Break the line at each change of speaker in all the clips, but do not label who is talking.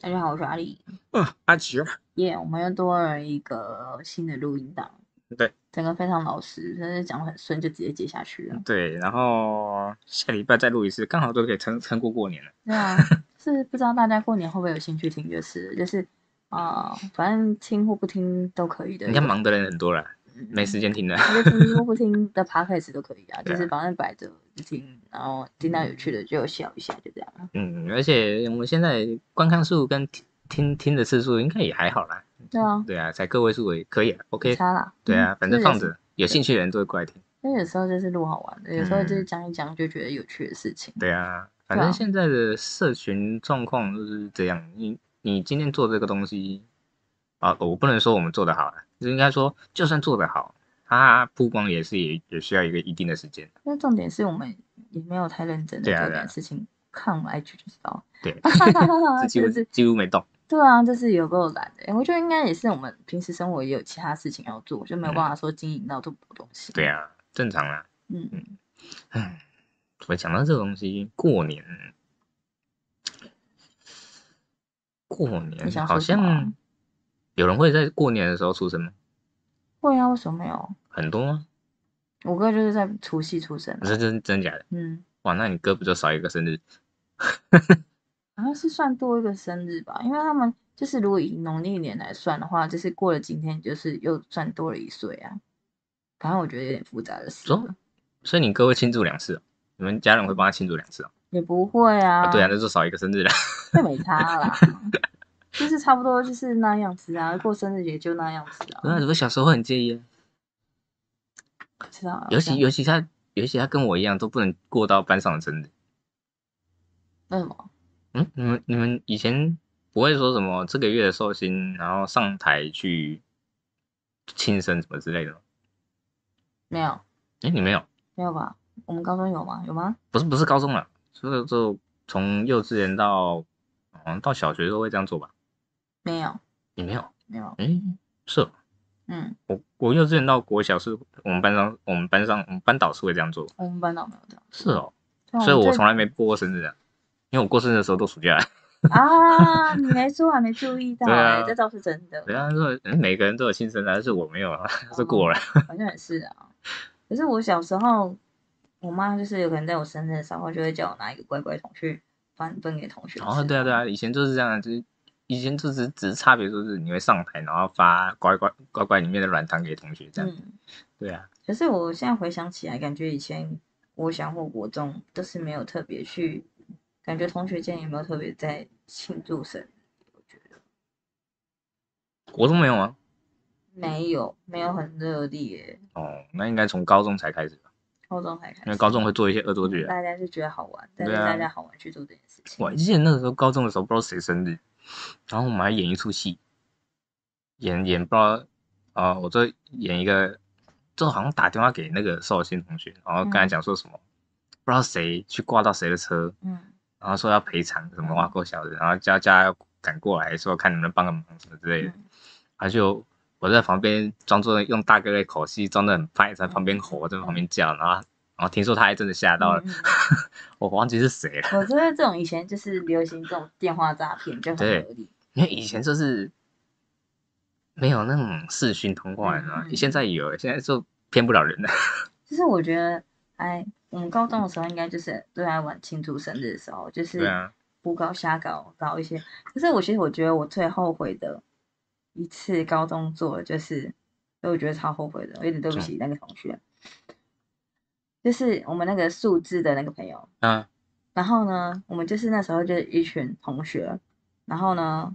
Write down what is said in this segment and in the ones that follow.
大家好，我是阿丽。
嗯，阿奇，
耶、我们又多了一个新的录音档。
嗯对，
整个非常老实，真是讲得很顺，就直接接下去了。
对，然后下礼拜再录一次，刚好都可以撑撑过过年了。
对啊，是不知道大家过年会不会有兴趣听，就是就是啊、呃反正听或不听都可以的。
应该忙的人很多了，
嗯
没时间听了。
就听或不听的 podcast 都可以啊，就
对啊
是反正摆着不听，然后听到有趣的就笑一下，就这样啊。
嗯，而且我们现在观看数跟听听听的次数应该也还好啦。
对啊，
对啊，才个位数也可以啊
没
，OK。
差啦。
对啊
嗯，
反正放。
就是
着，有兴趣的人都会过来听。
因为有时候就是录好玩的，有时候就是
嗯
讲一讲就觉得有趣的事情。
对啊，反
对啊
正现在的社群状况就是这样。你你今天做这个东西，啊，我不能说我们做得好啊，就应该说，就算做得好，它曝光也是也也需要一个一定的时间。
那重点是我们也没有太认真的
对啊
做这
对啊
件事情，看我们 IG 就知 道，
对，这几乎
啊就是
几乎没动。
对啊，就是有够懒的。我觉得应该也是我们平时生活也有其他事情要做，就没有办法说经营到这么多东西。
嗯对，啊，正常啦。
嗯，
唉，我讲到这个东西，过年，过
你想
年
说
好
什么啊
像有人会在过年的时候出生吗？
会啊，为什么没有？
很多吗？
我哥就是在除夕出生啊，
这真真假的？
嗯，
哇，那你哥不就少一个生日？
好像是算多一个生日吧，因为他们就是如果以农历年来算的话，就是过了今天就是又算多了一岁啊。反正我觉得有点复杂的事
哦
了，
所以你哥会庆祝两次、哦，你们家人会帮他庆祝两次哦。
也不会啊。
啊，对啊，那就少一个生日了。
那没差啦，就是差不多就是那样子啊，过生日也就那样子
那
啊，
我小时候会很介意啊，
不知道啊。
尤
这
其
样
尤其他尤其他跟我一样都不能过到班上的生日。
为什么？
嗯，你们你们以前不会说什么这个月的寿星，然后上台去庆生什么之类的吗？
没有，
哎、你没有？
没有吧？我们高中有吗？有吗？
不是不是高中了，就就从幼稚园到好像到小学都会这样做吧？
没有，
你没有？
没有。
哎、是哦
嗯，
我我幼稚园到国小是我们班上我们班上我们班导是会这样做，
我们班倒没有这样。
是哦，
对啊
所以我
们
从来没过过生日啊，因为我过生日的时候都暑假了。
这啊，你没说，还没注意到、
对啊
哎这倒是真的，
人家说嗯每个人都有庆生啊，但是我没有啊， 是过了。
好像也是啊。可是我小时候，我妈就是有可能在我生日的时候，就会叫我拿一个乖乖桶去分分给同学吃。
哦，对啊，对啊，以前就是这样，就是以前就只只是差别就是你会上台，然后发乖乖乖乖里面的软糖给同学这样。
嗯，
对啊，
可是我现在回想起来，感觉以前我想或国中都是没有特别去，感觉同学间也没有特别在庆祝生日，我觉得
国中没有啊。
没有，没有很热烈，
哦，那应该从高中才开始吧，
高中才开始，
因为高中会做一些恶作剧啊。
大家就觉得好玩，但是
对啊
大家好玩去做这件事情，
我记得那个时候高中的时候，不知道谁生日，然后我们还演一出戏，演演不知道啊、我这演一个，就好像打电话给那个寿星同学，然后跟他
嗯
讲说什么，不知道谁去挂到谁的车，
嗯，
然后说要赔偿什么挖沟小的，然后叫叫他要赶过来，说看能不能帮个忙什么之类的
嗯。
他就我在旁边装作用大哥的口气，装的很派，在旁边吼，我在旁边叫，然后然后听说他还真的吓到了
嗯，嗯
我忘记是谁了。
我觉得这种以前就是流行这种电话诈骗就很
对
合理，
因为以前就是没有那种视讯通话，你知道吗
嗯嗯嗯
现在有，现在就骗不了人了。
就是我觉得，哎，我们高中的时候应该就是都在玩庆祝生日的时候，就是。
对啊，
胡搞瞎搞搞一些。可是我其实我觉得我最后悔的一次高中做的就是，我觉得超后悔的，我有点对不起那个同学，就是我们那个数字的那个朋友。
啊，
然后呢，我们就是那时候就是一群同学，然后呢，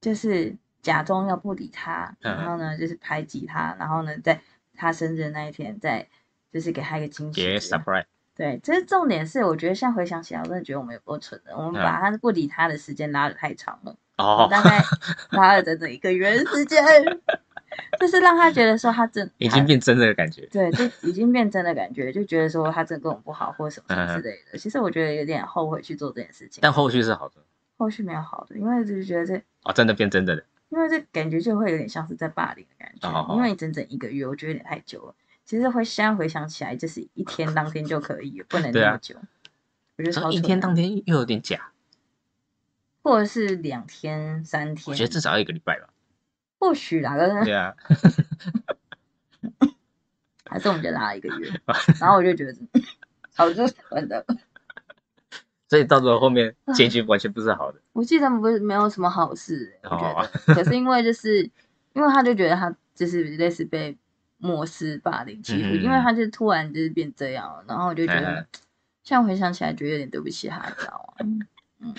就是假装要不理他，
嗯
然后呢就是排挤他，然后呢在他生日的那一天再就是给他一个惊喜之类的，
给 surprise，
对，这是重点是，我觉得现在回想起来，我真的觉得我们有够蠢的，我们
嗯
把他不理他的时间拉的太长了，我
哦
们，大概拉了整整一个月的时 间，就是让他觉得说他真
已经
他
变真的感觉。
对，就已经变真的感觉，就觉得说他真的跟我不好或什么什么之类的。其实我觉得有点后悔去做这件事情，
嗯但后续是好的，
后续没有好的，因为就是觉得这。
哦，真的变真的了。
因为这感觉就会有点像是在霸凌的感觉，
哦
因为整整一个月，我觉得有点太久了。其实回现在回想起来，就是一天当天就可以，不能
对
那
啊
么久。我觉得
这
超
一
蠢
天
的
当天又有点假，
或者是两天、三
我
天，
觉得至少要一个礼拜吧。
或许啦，可是
对啊，
还是我们就拉了一个 月，然后我就觉得 好就算的。
所以到时候后面
嗯
结局完全不是好的。
我记得不是没有什么好事、欸我觉得，
哦
可是因为就是因为他就觉得他就是类似被漠视霸凌欺负，因为
嗯
他就突然就是变这样了，然后我就觉得，
嗯
现在回想起来觉得有点对不起他，你知道吗？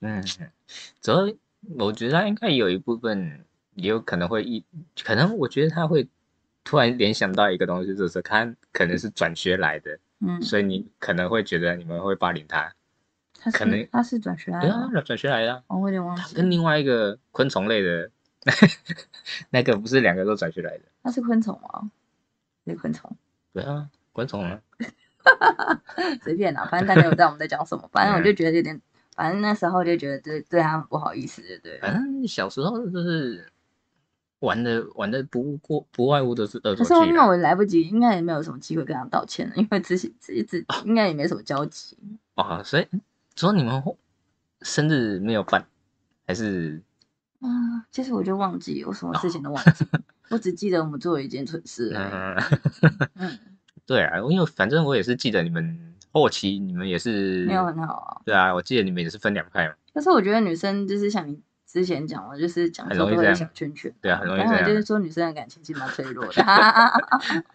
嗯，主要我觉得他应该有一部分也有可能会一，可能我觉得他会突然联想到一个东西，就是他可能是转学来的，
嗯，
所以你可能会觉得你们会霸凌他。
他
可能
是他是转学来
对
的
啊
吗，，
转学来的啊、
哦我有点忘
他
记
跟
了，
另外一个昆虫类的 那个不是两个都转学来的。
他是昆虫吗？是昆虫，
对啊，昆虫啊，
随便啦，反正大家有知道我们在讲什么，反正我
嗯
就觉得有点，反正那时候就觉得对对他不好意思，对不对
反正小时候就是玩的玩的不过不外乎都是
可
恶作
是后
剧啊
面
啦。
我来不及，应该也没有什么机会跟他道歉了，因为之前这一直
啊
应该也没什么交集。
哦，所以所以你们后生日没有办，还是
啊，其实我就忘记，我什么事情
哦
都忘记，我只记得我们做了一件蠢事而已。
嗯、
嗯，
对啊，因为反正我也是记得你们后期你们也是
没有很好啊。
对啊，我记得你们也是分两派嘛，
但是我觉得女生就是像你之前讲的，就是讲
很
说
容易
都会有
这样
小圈圈。
对啊很容易
然后我
这
哦就是
样
说女生的感情其实蛮脆弱的。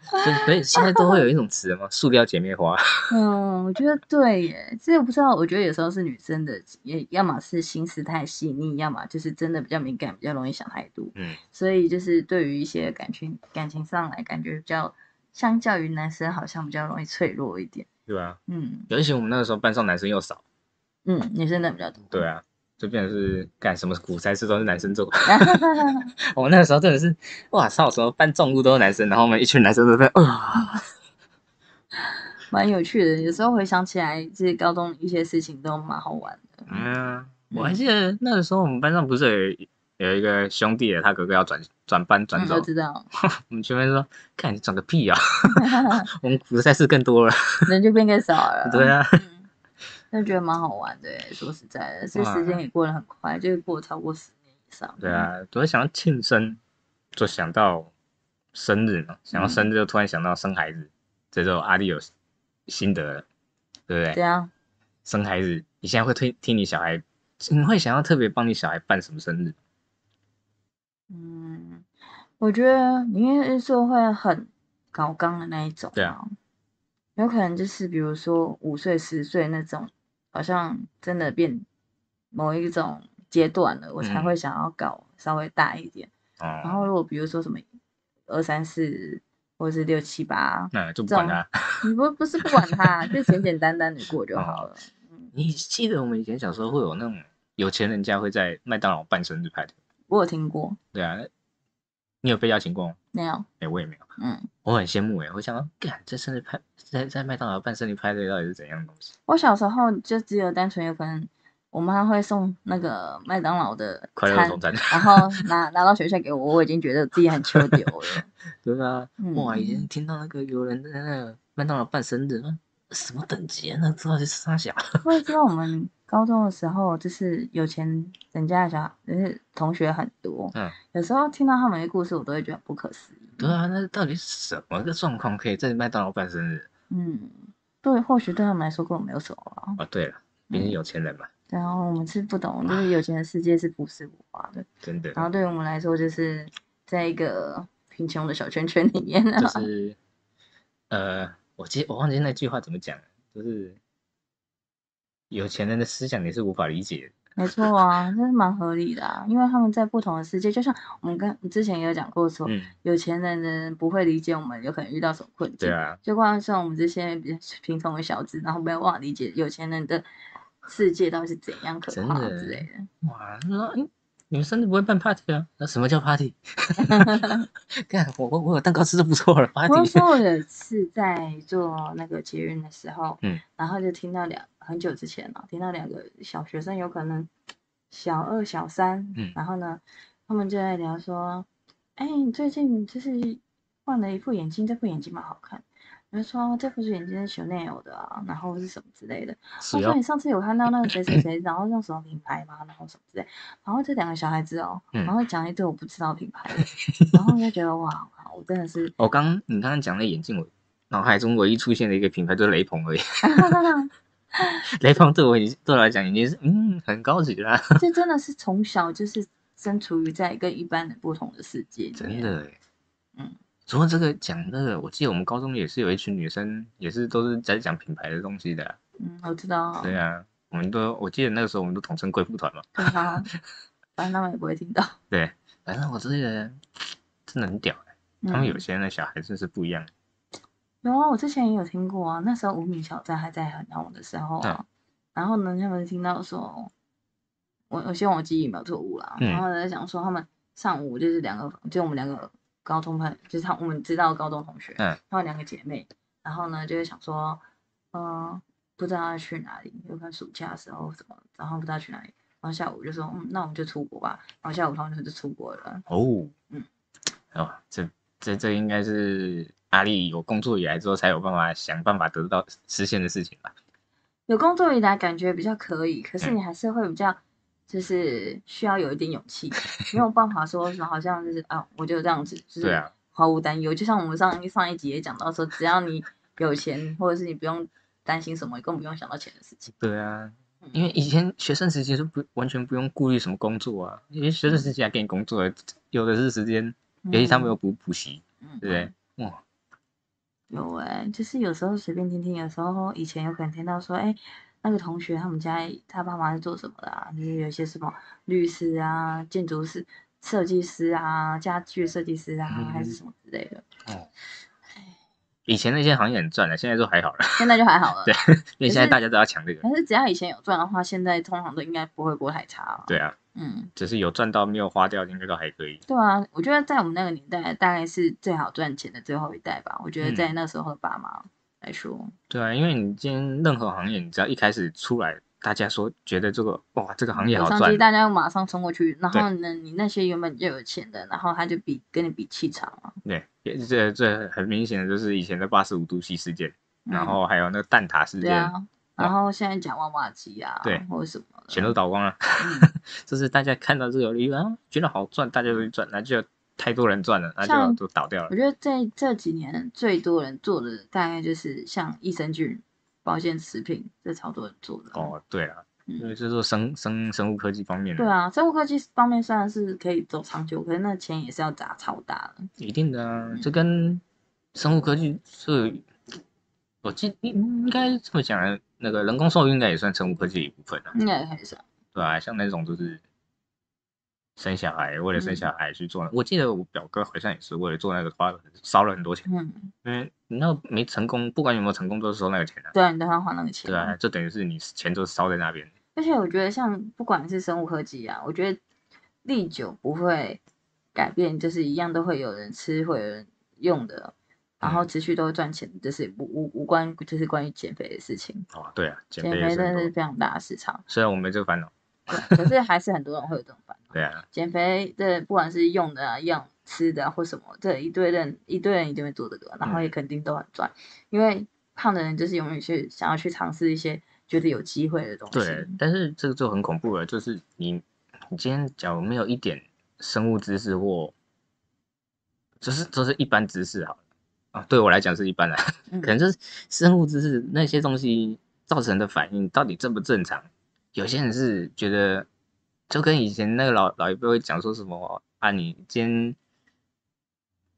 所以所以现在都会有一种词嘛，塑料姐妹花，
嗯，我觉得对耶，这个不知道，我觉得有时候是女生的，也要么是心思太细腻，要么就是真的比较敏感，比较容易想太多。
嗯，
所以就是对于一些感情感情上来，感觉比较相较于男生，好像比较容易脆弱一点。
对吧、啊？
嗯
尤其我们那个时候班上男生又少，
嗯，女生的比较多。
对啊，就变成是干什么苦差事都是男生做。 我那个时候真的是，哇操，什么搬重物都是男生，然后我们一群男生都在，啊、
蛮有趣的。有时候回想起来，这些高中一些事情都蛮好玩的。
嗯，我还记得那个时候我们班上不是有有一个兄弟，他哥哥要转转班转
嗯，
走，
我知道，
我们全班说，看你转个屁啊， 我们苦差事更多 了。
人就变更少了
。对啊，
嗯，就觉得蛮好玩的耶。说实在的，所以时间也过得很快，就是过了超过十年以上。
对，啊，突然想到庆生，就想到生日嘛，想到生日就突然想到生孩子，这就阿丽有心得了，对不对？
这样
生孩子，你现在会推听你小孩，你会想要特别帮你小孩办什么生日？
嗯，我觉得你因为是会很搞纲的那一种，
对啊，
有可能就是比如说五岁、十岁那种，好像真的变某一种阶段了，我才
嗯
会想要搞稍微大一点。然
哦，
后如果比如说什么二三四或者是六七八，
那就不管他。
你不不是不管它，就简简单单的过就好了。
你记得我们以前小时候会有那种有钱人家会在麦当劳办生日派对，
我有听过
对啊，你有被邀请过吗？
那样，
哎、我也没有，
嗯，
我很羡慕哎、我想到，干这生日派在在麦当劳办生日派对到底是怎样的东西？
我小时候就只有单纯有可能我妈会送那个麦当劳的
快乐
餐
总餐，
然后拿拿到学校给我，我已经觉得自己很秋丢 了。
对啊，
嗯
哇，以前听到那个有人在那个麦当劳办生日，那什么等级啊？那知道是啥小？
我也知道我们高中的时候，就是有钱人家的小孩，就是同学很多，
嗯，
有时候听到他们的故事，我都会觉得不可思议。
对啊，那到底是什么个状况可以在麦当劳办生日？
嗯，对，或许对他们来说根本没有什么啊。
哦，对了，毕竟有钱人嘛，
然后我们是不懂，就是有钱的世界是朴实无华的，
真的
然后对于我们来说，就是在一个贫穷的小圈圈里面啊。
就是，呃，我记我忘记那句话怎么讲了，就是有钱人的思想你是无法理解的。
没错啊，这是蛮合理的啊，因为他们在不同的世界，就像我们跟之前也有讲过说，
嗯，
有钱人的人不会理解我们有可能遇到什么困境，
对啊，
就光像我们这些比较贫穷的小子，然后没有办法理解有钱人的世界到底是怎样可
真
怕
的
之类的。
哇，那说嗯，你们生日不会办 party 啊？那什么叫 party？看我我我有蛋糕吃就不错了
我就
，party
说我有一次在做那个捷运的时候，
嗯，
然后就听到两很久之前了，听到两个小学生，有可能小二、小三，
嗯
然后呢，他们就在聊说，哎、你最近就是换了一副眼镜，这副眼镜蛮好看。没错，这幅眼镜是 Chanel 的啊，然后是什么之类的。
只
我
要
说你上次有看到那个谁谁 谁，然后用什么品牌吗？然后什么之类，然后这两个小孩子哦，
嗯，
然后讲一堆我不知道品牌的，然后我就觉得哇，我真的是
我哦刚你刚刚讲那眼镜，我脑海中唯一出现的一个品牌就是雷 朋而已。 雷朋对我已经对我来讲已经是嗯很高级啦，
这真的是从小就是身处于在一个一般的不同的世界里
真
面
的欸。
嗯，
除了这个讲那个，我记得我们高中也是有一群女生，也是都是在讲品牌的东西的啊、
嗯，我知道，
对啊，我们都我记得那个时候我们都统称贵妇团嘛。
对啊，反正他们也不会 听到。
对，反正我真的真的很屌、欸，他们有
嗯
些那小孩真是不一样。
有啊，我之前也有听过啊，那时候无名小站还在很红的时候啊，然后呢，他们听到说，我我希望我记忆没有错误啦，
嗯
然后在讲说他们上午就是两个，就我们两个高中朋友，就是他我们知道的高中同学，
嗯，
她们两个姐妹，然后呢就会想说，嗯、不知道要去哪里，有可能暑假的时候什么，然后不知道去哪里，然后下午就说，嗯，那我们就出国吧，然后下午他们就出国了，
哦，
嗯，
哦，这这这应该是阿丽有工作以来之后才有办法想办法得到实现的事情吧？
有工作以来感觉比较可以，可是
嗯
你还是会比较，就是需要有一点勇气，没有办法说什么好像就是啊，我就这样子，就
对
是
啊，
毫无担忧。就像我们上一上一集也讲到说，只要你有钱，或者是你不用担心什么，更不用想到钱的事情。
对啊，
嗯
因为以前学生时期就不完全不用顾虑什么工作啊，因为学生时期还给你工作，有的是时间，尤其他们
嗯
有补补习，
嗯
对不对？哇，
有哎、就是有时候随便听听，有时候以前有可能听到说，哎、那个同学他们家他爸妈是做什么的啊？就是有一些什么律师啊、建筑师、设计师啊、家具设计师啊，还是
嗯
什么之类的。
以前那些行业很赚的、啊现在都还好了，
现在就还好了
对。因为现在大家都要抢这个。
但是哎只要以前有赚的话，现在通常都应该不会过太差了。，
对啊，
嗯，
只是有赚到没有花掉，应该都还可以。
对啊，我觉得在我们那个年代，大概是最好赚钱的最后一代吧。我觉得
嗯
在那时候的爸妈来说，
对啊，因为你今天任何行业，你只要一开始出来，大家说觉得这个哇，这个行业
有
好
商
赚
机，，大家马上冲过去。然后呢，你那些原本就有钱的，然后他就比跟你比气场嘛。
对，也这这很明显的就是以前的八十五度 C 事件，
嗯
然后还有那个蛋挞事
对
件，
啊，然后现在讲娃娃机啊，
对
或者什么
全
的，
都倒光了。
嗯，
就是大家看到这个利润，啊觉得好赚，大家都去赚，那就太多人赚了，那就
像嗯
都倒掉了
我。觉得这这几年最多人做的大概就是像益生菌、保健食品，这超多人做的。
哦，对啊，
嗯，
因为这是生生生物科技方面的，
对啊，生物科技方面虽然是可以走长久，可是那钱也是要砸超大的。
一定的啊，
嗯
这跟生物科技是，我记应应该这么讲啊，那个人工受孕应该也算生物科技的一部分啊。
应该也可以算。
对啊，像那种就是生小孩，为了生
嗯
小孩去做。我记得我表哥好像也是为了做那个花了很烧了很多钱，
嗯，
因为你那没成功，不管有没有成功，都是收那个钱的、
对啊，你都要花那个钱。
对啊，就等于是你钱都烧在那边。
而且我觉得像不管是生物科技啊，我觉得历久不会改变，就是一样都会有人吃，会有人用的，然后
嗯
持续都会赚钱，就是无无无关，就是关于减肥的事情。
哦，对啊，减
减
也
肥
是
真
很
的是
多。
非常大的市场，
虽然我没这个烦恼，
对可是还是很多人会有这种烦恼。
对啊，
减肥的不管是用的啊、样吃的、啊、或什么，这一堆人一堆人一定会做这个，然
嗯
后也肯定都很赚，因为胖的人就是永远去想要去尝试一些觉得有机会的东西。
对，但是这个就很恐怖了，就是你你今天假如没有一点生物知识或，就是就是一般知识好了啊，对我来讲是一般的， 可能
嗯，
就是生物知识那些东西造成的反应到底正不正常？有些人是觉得，就跟以前那个老老一辈会讲说什么啊，你今天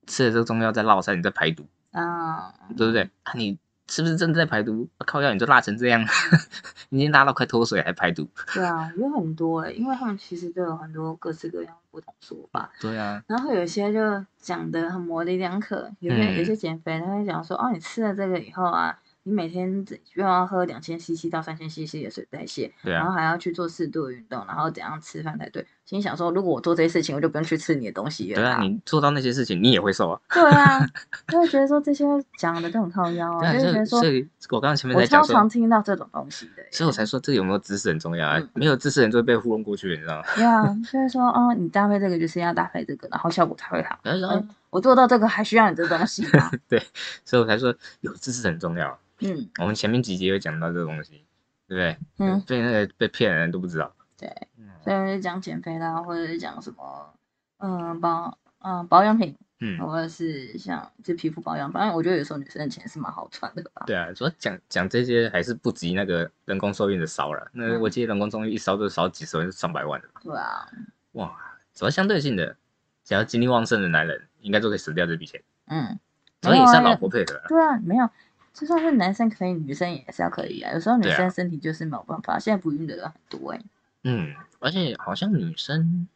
吃了这个中药在落腮，你在排毒，
啊，
对不对？啊，你是不是真的在排毒？啊、靠药你就辣成这样， 你已经辣到快脱水还排毒？
对啊，有很多哎、因为他们其实都有很多各式各样不同说法，
对啊，
然后有些就讲的很模棱两可，有些、
嗯
有些减肥他会讲说，哦，你吃了这个以后啊，你每天只又要喝两千 CC 到三千 CC 的水代谢，
对
然后
啊，
还要去做适度的运动，然后怎样吃饭才对。心想说，如果我做这些事情，我就不用去吃你的东西了
对啊，
啦。
你做到那些事情，你也会瘦啊。
对啊，就会觉得说这些讲的都很靠腰
对
啊，
啊，
就
所
会觉
以
得说
所，以我刚刚前面
我
在
超
讲说
常，听到这种东西的耶。
所以我才说这个有没有知识很重要啊，
嗯
没有知识人就会被糊
欸
弄过去，你知道吗？
对啊，就是说，哦，你搭配这个就是要搭配这个，然后效果才会好。
然后
嗯我做到这个还需要你这东西吗？
所以我才说有知识很重要。啊
嗯
我们前面几集有讲到这个东西，对不对？
嗯，
被那个被骗的人都不知道。
对
嗯，
所以我就讲减肥啦，或者是讲什么，嗯保嗯保养品，
嗯，
或者是像就皮肤保养，反正我觉得有时候女生的钱是蛮好赚的吧。
对啊，主要讲讲这些还是不及那个人工受孕的烧了。那
嗯
我记得人工受孕一烧就烧几十万、上百万的吧。
对啊，
哇，主要相对性的，只要精力旺盛的男人，应该都可以省掉这笔钱，
嗯，
主要也是要
没有啊
老婆配合啊。
对啊，没有，就算是男生可以，女生也是要可以啊。有时候女
对啊
生身体就是没有办法，现在不孕的人很多哎、
嗯，而且好像女生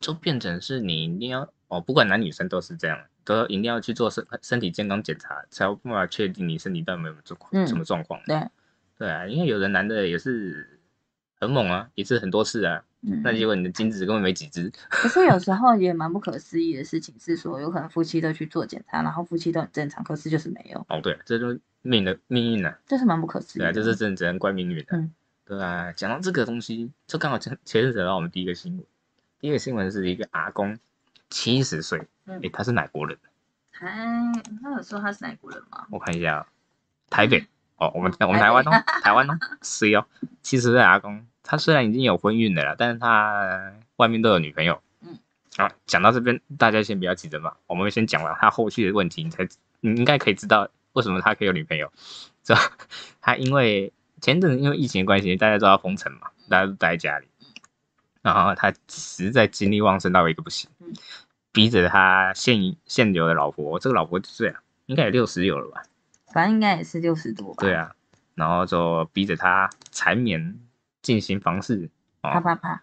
就变成是你一定要哦，不管男女生都是这样，都要一定要去做身身体健康检查，才有办法确定你身体到底有没有状况、
嗯
什么状况。
对，
对啊，因为有的男的也是很猛啊，一次很多次啊，
嗯，
那结果你的精子根本没几只。
可是有时候也蛮不可思议的事情是说，有可能夫妻都去做检查，然后夫妻都很正常，可是就是没有，
哦，对，这就是命的命运啊，
这是蛮不可思议
对
的。
啊，这是真的只能怪命运的、
嗯
对啊，讲到这个东西，就刚好前前阵子到我们第一个新闻，第一个新闻是一个阿公七十岁，
嗯
诶，他是哪国人？
还哎他有说他是哪国人吗？
我看一下啊，台北哦，我们我
台
们
北
台湾哦，台湾哦，是哦，七十岁阿公，他虽然已经有婚运的了啦，但是他外面都有女朋友。
嗯，
啊，讲到这边，大家先不要急着嘛，我们先讲完他后续的问题，你才你应该可以知道为什么他可以有女朋友。这他因为前阵子因为疫情的关系，大家都要封城嘛，大家都待在家里，
嗯
然后他实在精力旺盛到一个不行
嗯，
逼着他现现有的老婆，这个老婆几岁啊？应该也六十有了吧？
反正应该也是六十多吧。
对，啊，然后就逼着他缠绵进行房事。
啪
哦，
啪啪，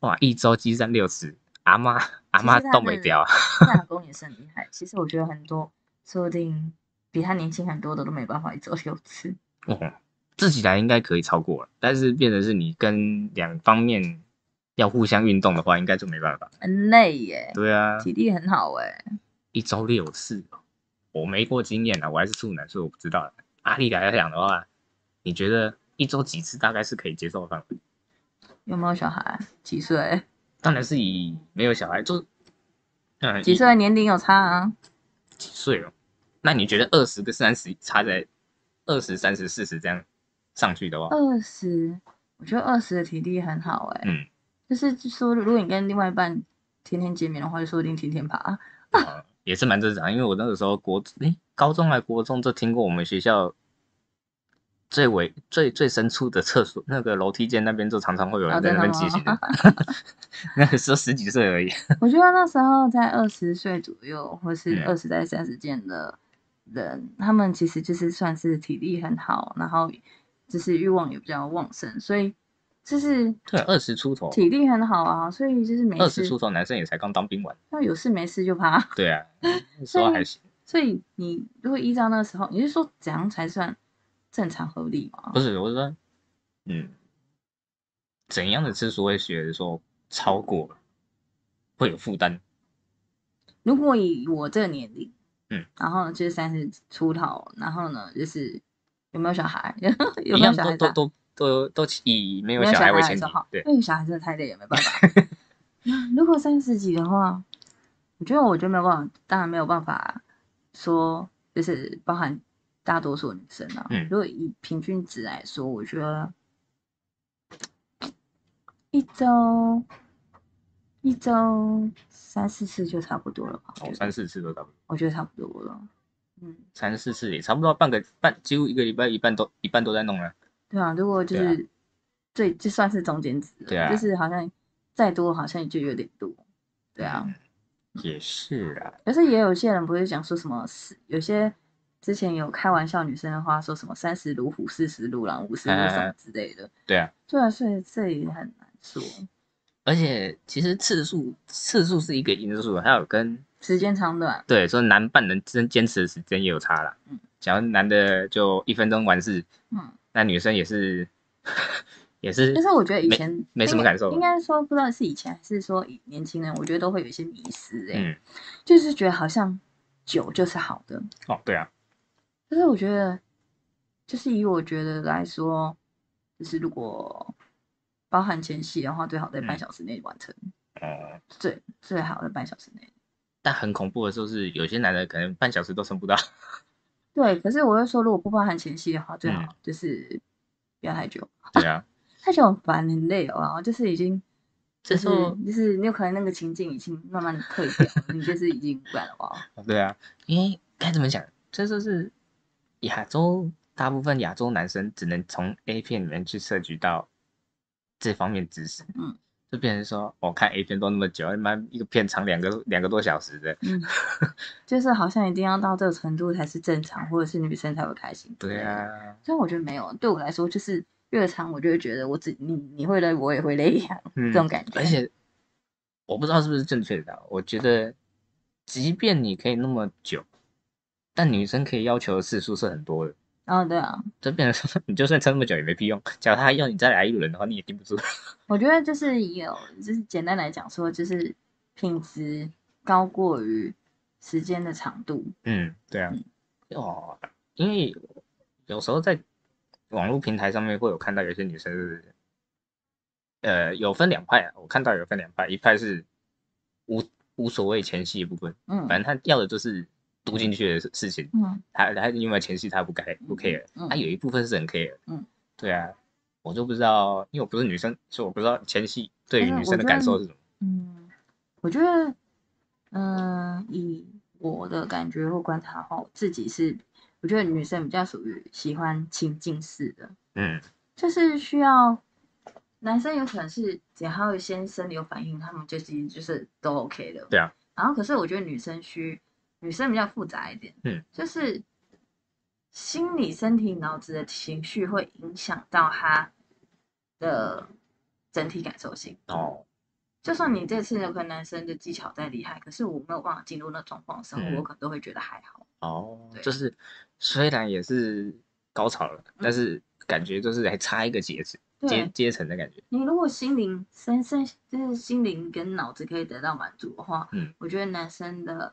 哇，一周激战六次，阿妈阿
其
妈
实他
都没
是
掉啊。
她老公也是很厉害。其实我觉得很多说不定比他年轻很多的都没办法一周六次。
哦，自己来应该可以超过了，但是变成是你跟两方面要互相运动的话，应该就没办法。
很累耶，
对啊，
体力很好哎、
一周六次，我没过经验啊，我还是处男，所以我不知道啊。阿丽来讲的话，你觉得一周几次大概是可以接受的范围？
有没有小孩？几岁？
当然是以没有小孩就，嗯，
几
以
岁的年龄有差啊？
几岁哦？那你觉得二十跟三十差在二十、三十、四十这样上去的话，
二十，我觉得二十的体力很好哎、
嗯，
就是就说，如果你跟另外一半天天见面的话，就说不定天天爬。
呃也是蛮正常。因为我那个时候国诶、高中来国中就听过我们学校最尾最最深处的厕所那个楼梯间那边，就常常会有
哦
人在那边骑行的。 那个时候十几岁而已，
我觉得那时候在二十岁左右，或是
嗯
二十在三十间的人，他们其实就是算是体力很好，然后就是欲望也比较旺盛，所以就是
对，啊二十出头，
体力很好啊。所以就是没
二十
事
出，头男生也才刚当兵完。
那有事没事就爬。
对啊， 那时候还行，
所以你如果依照那时候，你是说怎样才算正常合理吗？
不是我是说，嗯，怎样的次数会觉得说超过了会有负担？
如果以我这个年龄，
嗯，
然后呢就是三十出头，然后呢就是有没有小孩， 有
一
没有
样
小孩
都
大
都都都都以没
没
有小孩为前
时
提
候，，
对，
因为小孩真的太累了，没办法。嗯 如果三十几的话，我觉得我就没有办法，当然没有办法说就是包含大多数女生啊。
嗯
如果以平均值来说，我觉得一周一周三四次就差不多了吧？我
哦
觉得
三四次都差不多，
我觉得差不多了。嗯，
三四次也差不多半个半，几乎一个礼拜一半都一半都在弄了。
对啊，如果就
对啊
是最就算是中间值了，
对啊
就是好像再多好像就有点多，对啊。
嗯，也是啊，
可是也有些人不是讲说什么四，有些之前有开玩笑女生的话说什么三十如虎，四十如狼，五十如
哎哎
什么
哎
之类的。
对啊，
对啊，所以这也很难说，
而且其实次数次数是一个因素，还有跟
时间长短，
对说男伴能真坚持的时间也有差啦。
嗯，
假如男的就一分钟完事，
嗯。
那女生也是也是
但是我觉得以
没
前
没什么
应该
感受
应该说不知道是以前还是说以年轻人，我觉得都会有一些迷失哎、
嗯
就是觉得好像酒就是好的，
哦对啊，
但是我觉得，就是以我觉得来说，就是如果包含前戏的话，最好在半
嗯
小时内完成，
哦
最最好在半小时内。
但很恐怖的就是有些男的可能半小时都撑不到。
对，可是我又说，如果不包含前戏的话，最
嗯
好就是不要太久，
对啊，
太久很烦很累哦。然后就是已经，
这
就是
时候
就是你有可能那个情境已经慢慢的退掉了，你就是已经不然哦的 话，
对啊，因为该怎么讲，这就是亚洲大部分亚洲男生只能从 A 片里面去摄取到这方面知识，
嗯，
就变成说，我、看 A 片都那么久，他妈一个片长两个两个多小时的，
嗯，就是好像一定要到这个程度才是正常，或者是女生才会开心。
对，啊，
所以我觉得没有，对我来说就是越长，我就会觉得我自你你会累，我也会累一样、
嗯
这种感觉。
而且我不知道是不是正确的啊，我觉得即便你可以那么久，但女生可以要求的次数是很多的。
然后对啊，
这变成说，你就算撑那么久也没屁用。假如他要你再来一轮的话，你也顶不住。
我觉得就是有，就是简单来讲说，就是品质高过于时间的长度。
嗯，对啊，哦，因为有时候在网络平台上面会有看到有些女生是，呃，有分两派啊。我看到有分两派，一派是无无所谓前戏的部分，
嗯
反正他要的就是读进去的事事情，
嗯
他他因为前戏他不 care 不 care，哎
嗯
他有一部分是很 care，
嗯，
对啊，我就不知道，因为我不是女生，所以我不知道前戏对于
但是
女生
我
的
觉
感
得
受是什么。
嗯，我觉得，嗯、以我的感觉或观察的话，我自己是我觉得女生比较属于喜欢情境式的，
嗯
就是需要男生有可能是只要先生理有反应，他们就其实就是都 OK 的。
对啊。
然后可是我觉得女生需女生比较复杂一点，
嗯，
就是心理、身体、脑子的情绪会影响到她的整体感受性。
哦，
就算你这次有可能男生的技巧再厉害，可是我没有办法进入那状况的时候，
嗯
我可能都会觉得还好。
哦，
对
就是虽然也是高潮了，但是感觉就是还差一个阶层阶
对
阶层的感觉。
你如果心灵、身身就是心灵跟脑子可以得到满足的话，
嗯，
我觉得男生的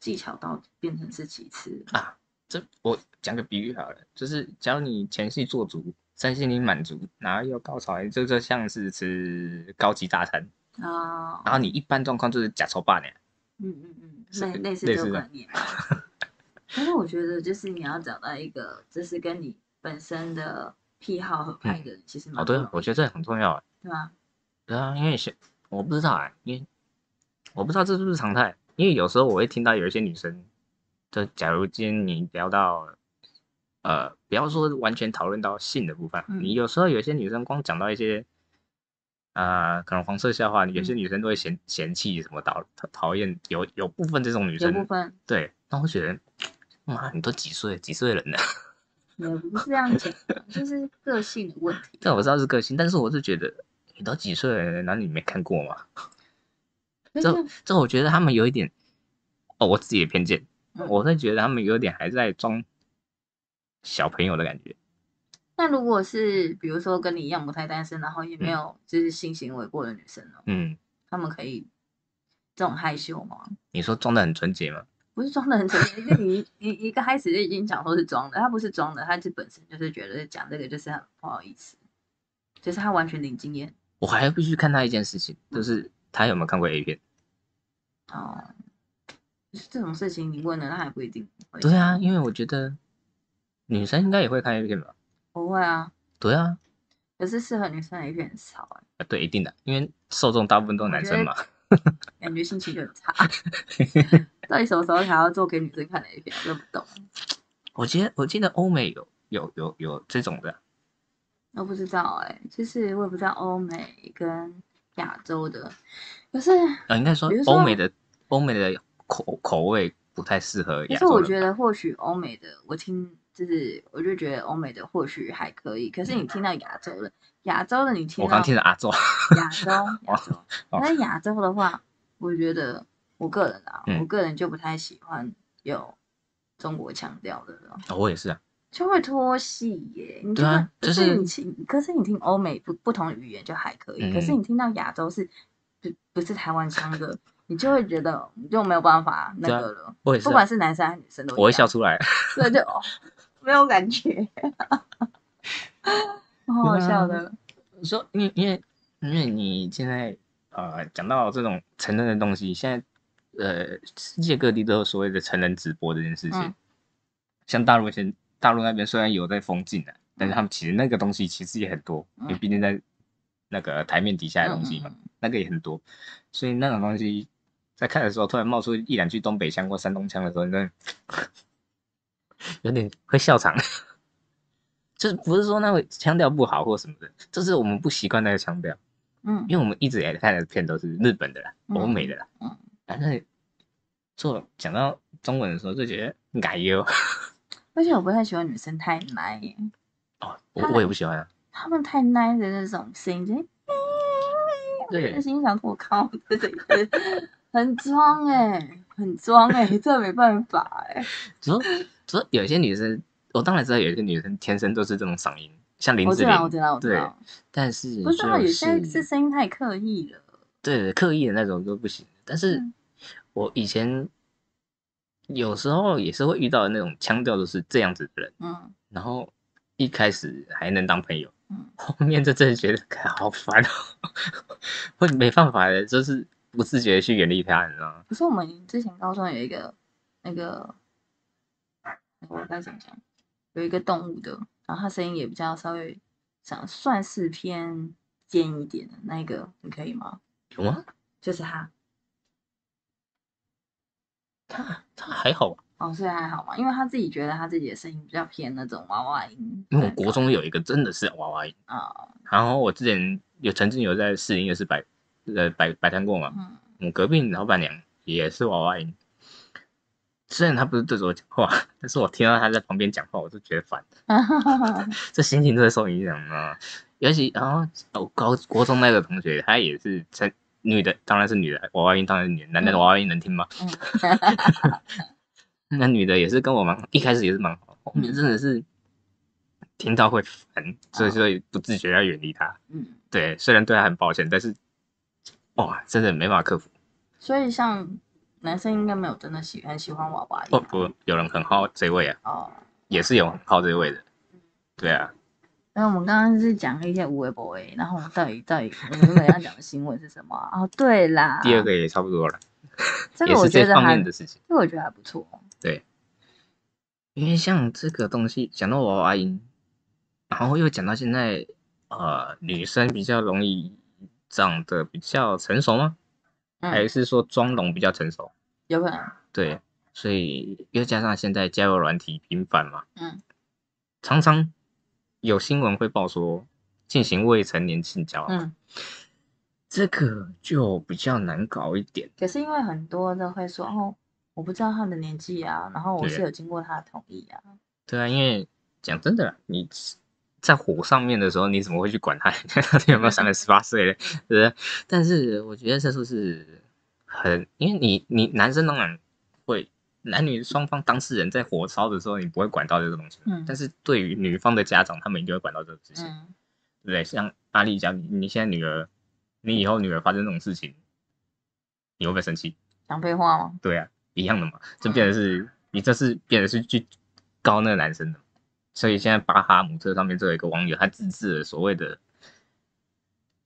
技巧到变成是其次。
啊这我讲个比喻好了，就是假如你前戏做足，身心灵满足，然后又高潮，这就像是吃高级大餐。
啊、
然后你一般状况就是假丑霸呢，
嗯嗯嗯，
是
类类似
类
这
似
个
的
观念。但是我觉得，就是你要找到一个，就是跟你本身的癖好合拍的人，其实蛮
哦，对
不
啊，
容易
我觉得这很重要啊。
对吧？
对啊，因为是我不知道啊，因为我不知道这是不是常态，因为有时候我会听到有一些女生，就假如今天你聊到，呃，不要说完全讨论到性的部分，
嗯
你有时候有些女生光讲到一些，呃，可能黄色笑话，有些
嗯
女生都会嫌嫌弃什么讨讨讨厌，有有部分这种女
有部
生，
分
对，那我觉得，妈，你都几岁几岁人了？
也不是这样讲的， 就是个性的问题。
但我知道是个性，但是我是觉得，你都几岁了，难道你没看过 吗？
但
这
是
这我觉得他们有一点，哦，我自己的偏见，
嗯
我会觉得他们有点还在装小朋友的感觉。
那如果是比如说跟你一样母胎单身，然后也没
嗯
有就是性行为过的女生呢，
嗯，
她们可以这种害羞吗？
你说装的很纯洁吗？
不是装的很纯洁，就你你一个开始就已经讲说是装的，她不是装的，她就本身就是觉得讲这个就是很不好意思，就是她完全零经验
我还必须看他一件事情，就是他有没有看过 A 片？
哦。就是这种事情你问了，她还不一定会。
对，啊，因为我觉得女生应该也会看 A 片吧？
不会啊。
对啊，
可是适合女生的有点少啊，
啊对，一定的，因为受众大部分都是男生嘛。
感觉心情就很差。到底什么时候才要做给女生看的一片？我就不懂，
我记得我记得欧美有有有有这种的，
我不知道哎、就是我也不知道欧美跟亚洲的，可是
呃，应该说
比如说
欧美的欧美的口口味不太适合
可
亚
是
洲
我
人吧。
觉得或许欧美的，我听就是我就觉得欧美的或许还可以，可是你听到亚洲的，亚洲的你听
我
到
刚听了阿周，
亚洲亚洲，
哦
那亚洲的话，我觉得我个人啊，
嗯
我个人就不太喜欢有中国腔调的了。
哦我也是啊。
就会脱戏耶。你
对啊
就
就是
是你听，可是你听欧美不不同语言就还可以，可是
嗯
你听到亚洲是不不是台湾腔的，你就会觉得你就没有办法那
对啊
个了。
我也是啊、
不管是男生还是女生都
我会
一样
笑，出 来。
对，就、哦、 没有感觉，蛮好笑
对
的。
说，因为因为因为你现在呃讲到这种成人的东西，现在呃，世界各地都有所谓的成人直播这件事情。
嗯
像大陆现大陆那边虽然有在封禁的、但是他们其实那个东西其实也很多，因为
嗯
毕竟在那个台面底下的东西嘛，
嗯嗯
那个也很多，所以那种东西在看的时候，突然冒出一两句东北腔或山东腔的时候，你真的有点会笑场。 就是不是说那个腔调不好或什么的，这是我们不习惯那个腔调，
嗯
因为我们一直以来看的片都是日本的啦、
嗯
欧美的啦，
嗯
反正做讲到中文的时候就觉得哎奶油
而且我不太喜欢女生太奶耶，
哦，我我也不喜欢啊，
她们太奶的那种声音，哎就是
对
内，心想说我靠，这这这很装哎、很装 哎、这没办法哎、
只是只是有些女生，我当然知道有些女生天生都是这种嗓音，像林
我
志
知道，我
玲，
知道，我知
对
道，
但是
不是啊，
就
有些
是
是声音太刻意了。
对刻意的那种都不行。但是
嗯
我以前有时候也是会遇到那种腔调都是这样子的人，
嗯，
然后一开始还能当朋友，
嗯
后面就真的觉得哎好烦哦，会没办法的，就是不自觉的去远离他，你知道吗？
可是我们之前高中有一个那个，我该怎么讲？有一个动物的，然后它声音也比较稍微想算是偏尖一点的那一个，你可以吗？
有吗？
就是它
他他还好吧？
哦，所以还好嘛，因为他自己觉得他自己的声音比较偏那种娃娃音。
因为我国中有一个真的是娃娃音，
啊，
然后我之前有曾经有在试音也是摆呃摆摆摊过嘛，
嗯，
我隔壁老板娘也是娃娃音，虽然她不是对着我讲话，但是我听到她在旁边讲话，我就觉得烦，这心情都会受影响啊。尤其然后我高国中那个同学，她也是在女的，当然是女的，娃娃音当然是女的，男的
嗯
娃娃音能听吗？
嗯
那女的也是跟我蛮一开始也是蛮好，后面真的是听到会烦，所以
哦
所以不自觉要远离她。
嗯，
对，虽然对她很抱歉，但是哇，真的没办法克服。
所以像男生应该没有真的喜很喜欢娃娃音啊
会哦不会有人很好这位啊？
哦。
也是有很好这位的。对啊，
那我们刚刚是讲了一些无微博诶，然后我们到底到底我们原本要讲的新闻是什么啊？哦，对啦，
第二个也差不多了，
这
也
个我
是
觉
这
得
方
还，
面
这
的事情。
个我觉得还不错。
因为像这个东西，讲到娃娃音，然后又讲到现在，呃，女生比较容易长得比较成熟吗？还
嗯，
是说妆容比较成熟？
有可能，
对，所以又加上现在交友软体频繁嘛，
嗯，
常常有新闻会报说进行未成年性交，
嗯，
这个就比较难搞一点。
可是因为很多人都会说哦，我不知道他的年纪啊，然后我
对
是有经过他的同意啊，
对啊，因为讲真的啦，你在火上面的时候，你怎么会去管 他到底有没有上满十八岁嘞？对不对？但是我觉得这就是很，因为你你男生当然会，男女双方当事人在火烧的时候，你不会管到这个东西。
嗯
但是对于女方的家长，他们一定会管到这个事情，
嗯，
对不对？像阿丽讲，你现在女儿，你以后女儿发生这种事情，你会不会生气？
讲废话吗？
对啊，一样的嘛，
嗯
就变成是你这是变成是去告那个男生的，所以现在巴哈姆特上面就有一个网友，他自制了所谓的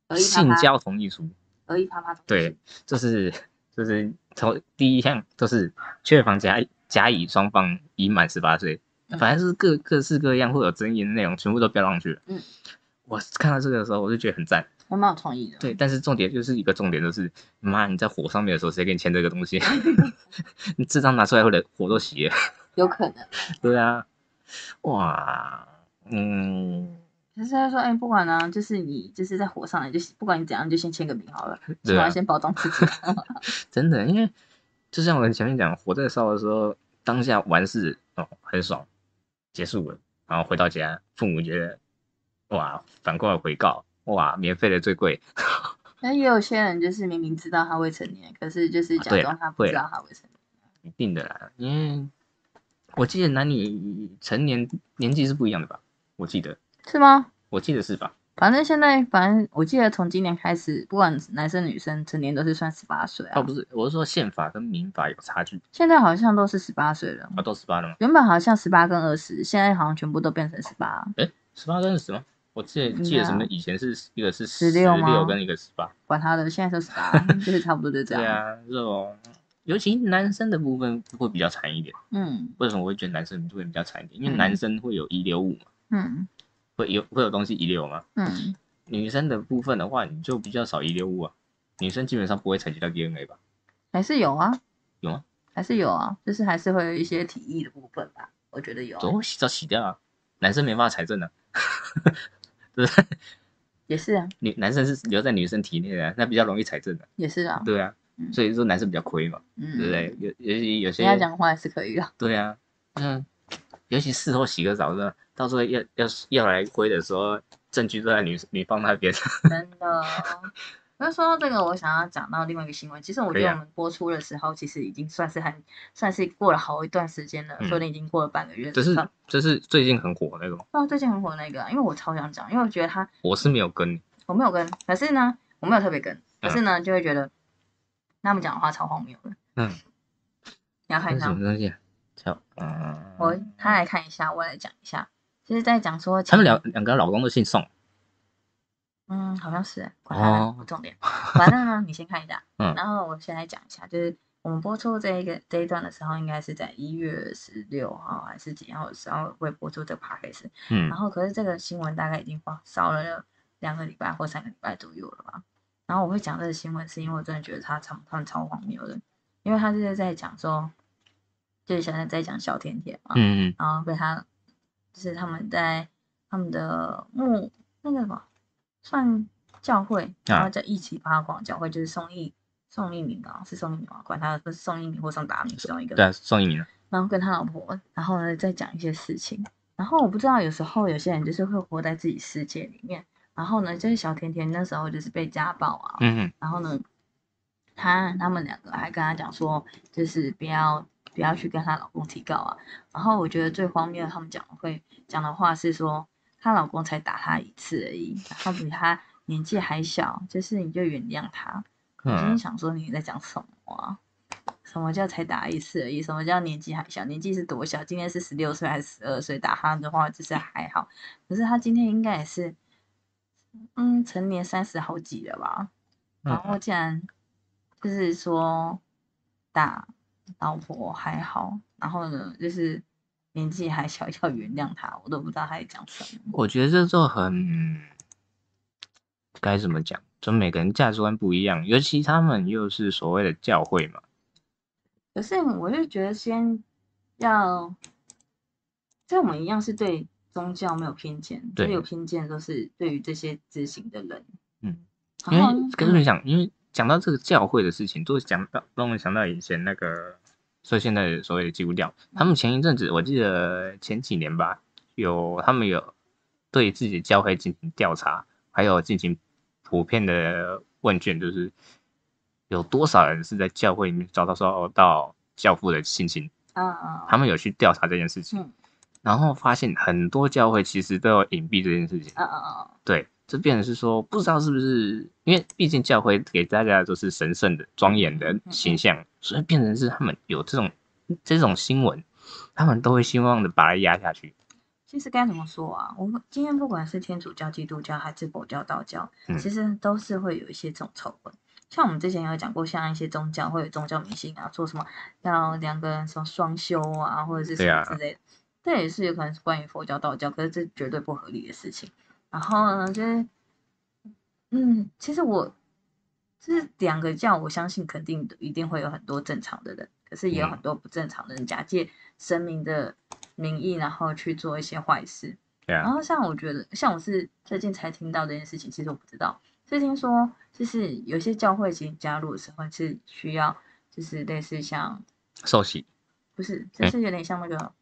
而一啪
性
啪，
交同意书，
而一啪啪，
对，就是就是从第一项就是确防甲甲乙双方已满十八岁，
嗯
反正就是各各式各样会有争议的内容，全部都标上去了。
嗯，
我看到这个的时候，我就觉得很赞。
我蛮有创意的，
对，但是重点就是一个重点，就是妈你在火上面的时候，谁给你签这个 东西？ 你智障拿出来，或者火都熄了。
有可能。
对啊，哇，嗯，
可是他说，哎、不管啊，就是你就是在火上来，就是不管你怎样，你就先签个名好了，
对
然
啊
后，先包装自己。
真的，因为就像我前面讲，火在烧的时候，当下完事哦很爽，结束了，然后回到家，父母觉得哇，反过来回告哇，免费的最贵，
那也有些人就是明明知道他未成年，可是就是
啊
假
对啦
装他不
会
知
啦
道他未成年。
一定的啦，因为我记得男女成年年纪是不一样的吧？我记得，
是吗？
我记得是吧？
反正现在，反正我记得从今年开始，不管男生女生成年都是算十八岁啊。
哦，不是，我是说宪法跟民法有差距，
现在好像都是十八岁了。
啊，都十八了吗？
原本好像十八跟二十，现在好像全部都变成十八，
十八跟十吗？我记
应
得
该
记得什么
啊？
以前是一个是
16吗啊
跟一个十八。
管他的，现在都十八，就是差不多就这
对啊
样。
啊，这种尤其男生的部分会比较惨一点。
嗯
为什么我会觉得男生会比较惨一点？因
嗯
为男生会有遗留物嘛，
嗯
会有会有东西遗留嘛。
嗯，
女生的部分的话，你就比较少遗留物啊。女生基本上不会采集到 DNA 吧？
还是有啊，
有吗？
还是有啊，就是还是会有一些体液的部分吧，我觉得有啊、
总会洗澡洗掉啊。男生没办法采证啊，
也是啊，
女男生是留在女生体内的啊、那比较容易采证的、
也是啊，
对啊
嗯，
所以说男生比较亏嘛，
嗯，
对不对？？有尤其有些
人家讲话也是可以的，
对啊，嗯，尤其事后洗个澡的，到时候要要要来归的时候，证据都在女女方那边。
真的。哦那说到这个，我想要讲到另外一个新闻。其实我觉
可以
得
啊
我们播出的时候，其实已经算是很算是过了好一段时间了，
嗯
说不定已经过了半个月。
这是
啊，
这是最近很火那种，
哦最近很火那个啊，因为我超想讲，因为我觉得他
我是没有跟，
我没有跟，可是呢，我没有特别跟，可是呢，就会觉得他们讲的话超荒谬的。
嗯，
你要看
这
一
是
下
什
吗，
么东西、啊？叫嗯，
我他来看一下，我来讲一下，就是在讲说
他们
前
两两个老公都姓宋，
嗯，好像是欸，管他的，不
哦
重点。反正呢，你先看一下，
嗯
然后我先来讲一下，就是我们播出这一个这一段的时候，应该是在一月十六号还是几号的时候会播出这个 podcast，
嗯
然后可是这个新闻大概已经发烧了两个礼拜或三个礼拜左右了吧。然后我会讲这个新闻，是因为我真的觉得它超他们超荒谬的，因为他是在讲说，就是现在在讲小甜甜嘛，
嗯
然后被他就是他们在他们的墓那个什么算教会，然后
啊
叫一起八广教会，就是宋一宋一鸣啊，是宋一鸣啊，管他是宋一鸣或宋达明其中一
嗯，对
个，
啊，宋一鸣啊，
然后跟他老婆，然后呢再讲一些事情，然后我不知道有时候有些人就是会活在自己世界里面，然后呢就是小甜甜那时候就是被家暴啊，
嗯嗯
然后呢，她他们两个还跟她讲说，就是不要不要去跟她老公提告啊。然后我觉得最荒谬，的，他们讲会讲的话是说，她老公才打她一次而已，然后比她年纪还小，就是你就原谅她。我今天
嗯，
想说你在讲什么啊？什么叫才打一次而已？什么叫年纪还小？年纪是多小？今天是十六岁还是十二岁？打他的话就是还好，可是他今天应该也是，嗯，成年三十好几了吧？然后竟然就是说打老婆还好，然后呢就是年纪还小要原谅他，我都不知道他在讲什么。
我觉得这就很该怎么讲，就每个人价值观不一样，尤其他们又是所谓的教会嘛，
可是我就觉得先要，这我们一样是对宗教没有偏见，就
对
有偏见都是对于这些执行的人。
嗯，因
然后
为跟你们讲，因为讲到这个教会的事情，就讲到让我们想到以前那个，所以现在所谓的基督教，他们前一阵子我记得前几年吧，有他们有对自己的教会进行调查，还有进行普遍的问卷，就是有多少人是在教会里面遭到受到教父的性侵，
啊啊，
他们有去调查这件事
嗯
情，然后发现很多教会其实都有隐蔽这件事情。
啊啊啊，
对，这变成是说，不知道是不是因为毕竟教会给大家都是神圣的、庄严
嗯
的形象，所以变成是他们有这种这种新闻，他们都会希望的把它压下去。
其实该怎么说啊？我们今天不管是天主教、基督教还是佛教、道教，
嗯
其实都是会有一些这种丑闻。像我们之前有讲过，像一些宗教会有宗教迷信啊，说什么要两个人什么双修啊，或者是什
对
么
啊
之类的，这也是有可能是关于佛教、道教，可是这绝对不合理的事情。然后呢，就是，嗯，其实我这两个教，我相信肯定一定会有很多正常的人，可是也有
嗯
很多不正常的人假借神明的名义，然后去做一些坏事。
对
然
啊，
后像我觉得，像我是最近才听到这件事情，其实我不知道，是听说就是有些教会其实加入的时候是需要，就是类似像
受洗
不是，就
哎
是有点像那个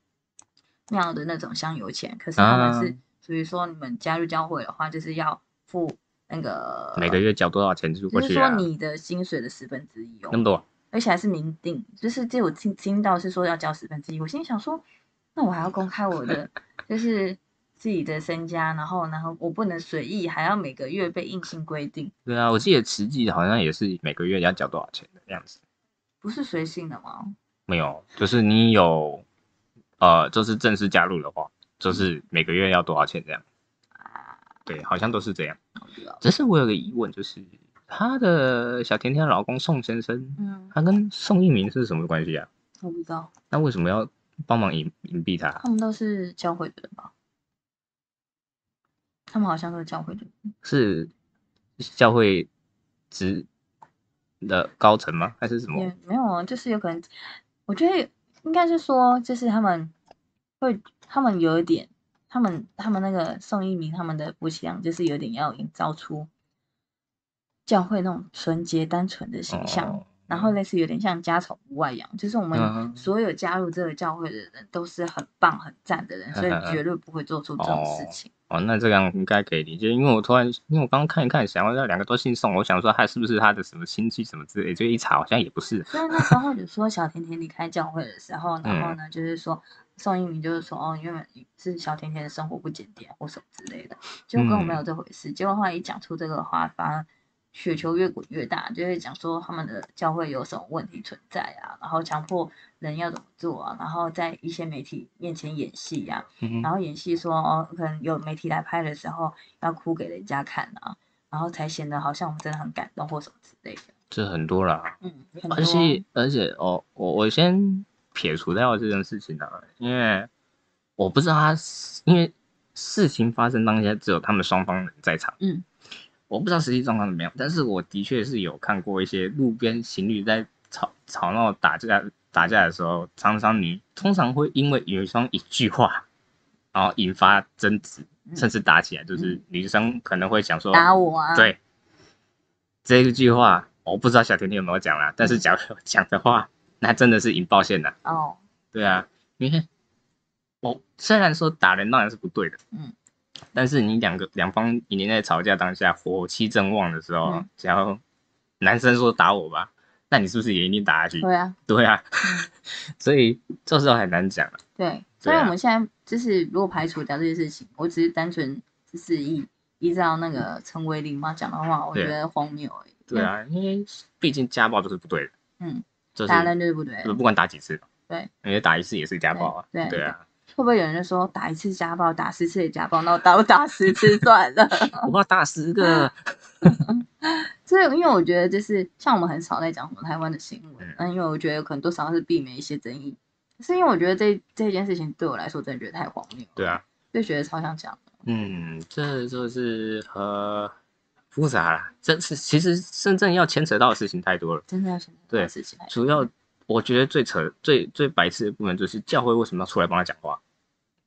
庙的那种香油钱，可是他们是
啊
属于说你们加入教会的话，就是要付那个
每个，月缴多少钱就
就
过
是
去
说
啊？
你的薪水的十分之一哦
那。么多，
而且还是明定，就是这我听听到是说要交十分之一，我心里想说，那我还要公开我 的就是自己的身家，然后然后我不能随意，还要每个月被硬性规定，
对啊，我记得慈济好像也是每个月要缴多少钱的样子，
不是随性的吗？
没有，就是你有呃，就是正式加入的话，就是每个月要多少钱这样。
啊，
对，好像都是这样。
我不知道
只是我有个疑问，就是她的小甜甜老公宋先生，
嗯，
他跟宋一鸣是什么关系啊？
我不知道，
那为什么要帮忙隐隐蔽他？
他们都是教会的人吧？他们好像都是教会的人，
是教会职的高层吗？还是什么
也？没有啊，就是有可能，我觉得应该是说，就是他们会，他们有一点，他们他们那个宋一鸣他们的夫妻档，就是有点要营造出教会那种纯洁单纯的形象，
哦
然后类似有点像家丑不外扬，就是我
嗯
们所有加入这个教会的人都是很棒很赞的人，所以
嗯嗯嗯
绝对不会做出这种事情。
哦，那这样应该可以理解，因为我突然，因为我刚刚看一看，想到两个都姓宋，我想说他是不是他的什么亲戚什么之类，就一查好像也不是。
所以那时候就说小甜甜离开教会的时候，然
嗯
后呢，就是说宋一鸣就是说哦，原本是小甜甜的生活不检点或什么之类的，结果根本没
嗯
有这回事。结果后来一讲出这个话，反而雪球越滚越大，就会讲说他们的教会有什么问题存在啊，然后强迫人要怎么做啊，然后在一些媒体面前演戏呀、
嗯
然后演戏说哦，可能有媒体来拍的时候要哭给人家看啊，然后才显得好像我们真的很感动或什么之类的。
这很多啦，
嗯，很
而
多
且而且，哦，我我先撇除掉这件事情啊，因为我不知道他是，因为事情发生当下只有他们双方人在场，
嗯，
我不知道实际状况怎么样，但是我的确是有看过一些路边情侣在吵吵闹打架打架的时候，常常你通常会因为女生一句话，然后引发争执，
嗯
甚至打起来，就是
嗯
女生可能会想说，
打我啊，
哦对，这一句话我不知道小甜甜有没有讲啦，
嗯
但是假如有讲的话，那真的是引爆线的。
哦，
对啊，你看，我虽然说打人当然是不对的，
嗯，
但是你两个两方已经在吵架当下，火气正旺的时候，
嗯
只要男生说打我吧，那你是不是也一定打下去？
对啊，
对啊， 所以这时候很难讲了。
对，所以
啊
我们现在就是如果排除掉这些事情，我只是单纯就是依依照那个陈伟霆妈讲的话，我
对
觉得荒谬而已。
对啊，因为毕竟家暴就是不对的。
嗯，
就是
打人对不对？
不
会
管打几次，
对，
因为打一次也是家暴啊。
对对
对啊。
不会有人就说打一次家暴，打十次也家暴，那我打我 打十次算了？
我要打十个。
所以因为我觉得就是像我们很少在讲什么台湾的新
嗯
闻，那、因为我觉得可能多少是避免一些争议，是因为我觉得这这件事情对我来说真的觉得太荒谬，
对啊，
就觉得超想讲的。
嗯，这就是呃复杂啦。这是其实真正要牵扯到的事情太多了。
真的要想这
对
件事情来
主要我觉得最扯、最最白痴的部分就是教会为什么要出来帮他讲话，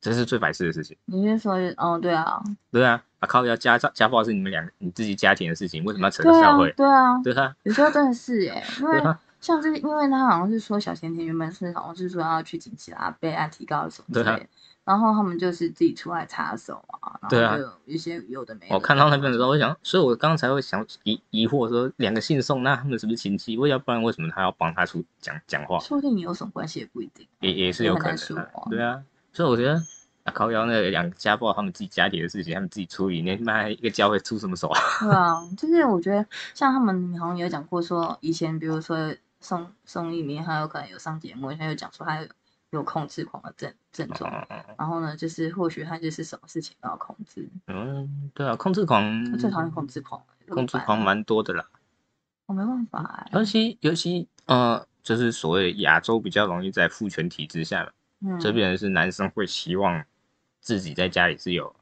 这是最白痴的事情。
你是说，哦，对啊，
对啊，啊靠，要家家暴是你们两个你自己家庭的事情，为什么要扯
对
到
啊
教会，？
对啊，
对啊，
有时候真的是哎、因为
对啊，
像这，因为他好像是说小甜甜原本是好像是说要去警察啊备案提告什么之类
对啊
的，然后他们就是自己出来插手啊，
对
然
啊
后就有一些有的没的。
我看到那边的时候，我想，所以我刚刚才会想疑疑惑说，两个姓宋，那他们是不是亲戚？要不然为什么他要帮他出讲讲话？
说不定你有什么关系也不一定。
也也是
也
有
很
可能
难
的、
说
对啊。所以我觉得啊，靠腰那两个家暴他们自己家里的事情，他们自己处理，那妈一个教会出什么手 啊？
对啊，就是我觉得像他们好像有讲过说，以前比如说宋宋一鸣，他有可能有上节目，他有讲说他有有控制狂的症症状，
哦
然后呢，就是或许他就是什么事情都要控制。
嗯，对啊，控制狂，
我最讨厌控制狂了，怎么
控制
办
狂
啊，
蛮多的啦，
我没办法哎、
尤其尤其呃，就是所谓亚洲比较容易在父权体制下嘛，
嗯，
这边是男生会希望自己在家里是有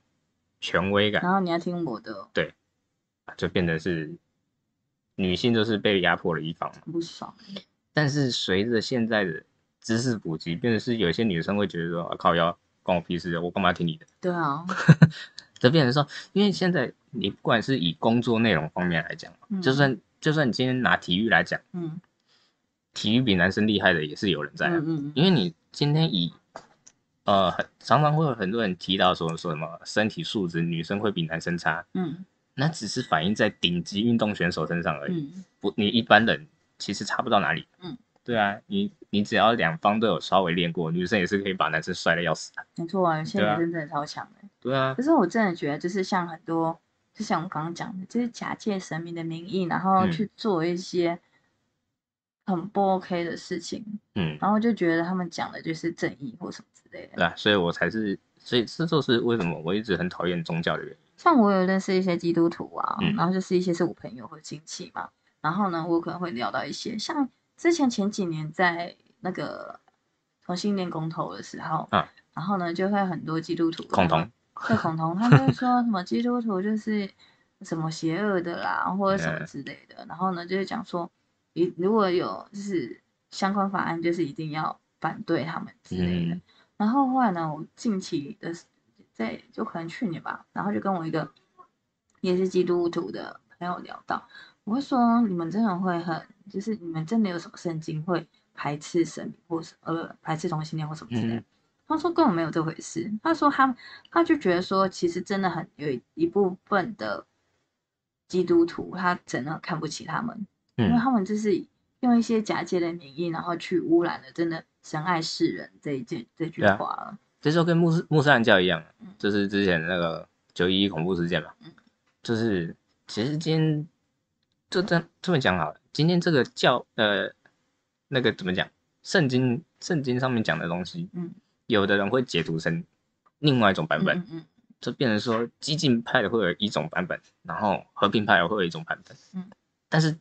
权威感，
然后你要听我的，
就变成是女性就是被压迫的一方嘛。
很不爽。
但是随着现在的知识普及，变成是有些女生会觉得说，啊、靠腰关我屁事，我干嘛听你的？
对啊，
这变成说，因为现在你不管是以工作内容方面来讲，
嗯
就算就算你今天拿体育来讲，
嗯
体育比男生厉害的也是有人在啊、
嗯嗯嗯，
因为你今天以呃，很常常会有很多人提到说说什么身体素质女生会比男生差，
嗯
那只是反映在顶级运动选手身上而已。
嗯
不，你一般人其实差不到哪里。
嗯，
对啊，你你只要两方都有稍微练过，女生也是可以把男生摔的要死的。
没错啊，有些
对啊
女生真的超强的、
对啊
可，是我真的觉得，就是像很多，就像我刚刚讲的，就是假借神明的名义，然后
嗯
去做一些很不 OK 的事情，
嗯，
然后就觉得他们讲的就是正义或什么之类的。
对啊，所以我才是，所以这就是为什么我一直很讨厌宗教的原因。
像我有认识一些基督徒啊，
嗯
然后就是一些是我朋友或亲戚嘛，然后呢，我可能会聊到一些，像之前前几年在那个同性恋公投的时候，
嗯
然后呢，就会很多基督徒
恐
他们
同，
对恐同，他就是说什么基督徒就是什么邪恶的啦，或者什么
嗯
之类的。然后呢，就是讲说，一如果有就是相关法案，就是一定要反对他们之类的。
嗯
然后后来呢，我近期的在就可能去年吧，然后就跟我一个也是基督徒的朋友聊到，我会说你们真的会很，就是你们真的有什么圣经会排斥神明或是呃排斥同性恋或什么之类的。
嗯
他说根本没有这回事。他说他他就觉得说，其实真的很有一部分的基督徒，他真的很看不起他们，因为
嗯
他们就是用一些假借的名义，然后去污染了真的神爱世人这一件这句
对啊
话了。
这就跟穆斯穆斯兰教一样
嗯，
就是之前那个九一一恐怖事件嘛
嗯，
就是其实今天就这样这么讲好了，今天这个教呃那个怎么讲，圣经圣经上面讲的东西，
嗯
有的人会解读成另外一种版
嗯
本，
嗯嗯，
就变成说激进派的会有一种版本，然后和平派的会有一种版本。
嗯，
但是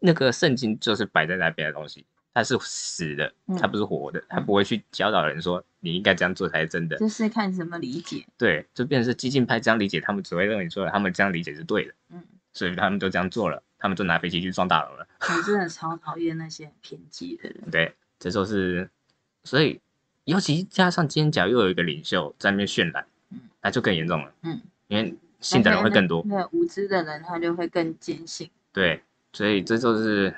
那个圣经就是摆在那边的东西，它是死的
嗯，
它不是活的，它不会去教导人说你应该这样做才是真的。
就是看怎么理解。
对，就变成是激进派这样理解，他们只会认为说他们这样理解是对的，
嗯，
所以他们就这样做了，他们就拿飞机去撞大楼了。
我真的超讨厌那些偏激的人。
对，这就是，所以尤其加上今天假如又有一个领袖在那边渲染
嗯，
那就更严重了。
嗯，
因为 信的人会更多。
那个无知的人他就会更坚信。
对，所以这就是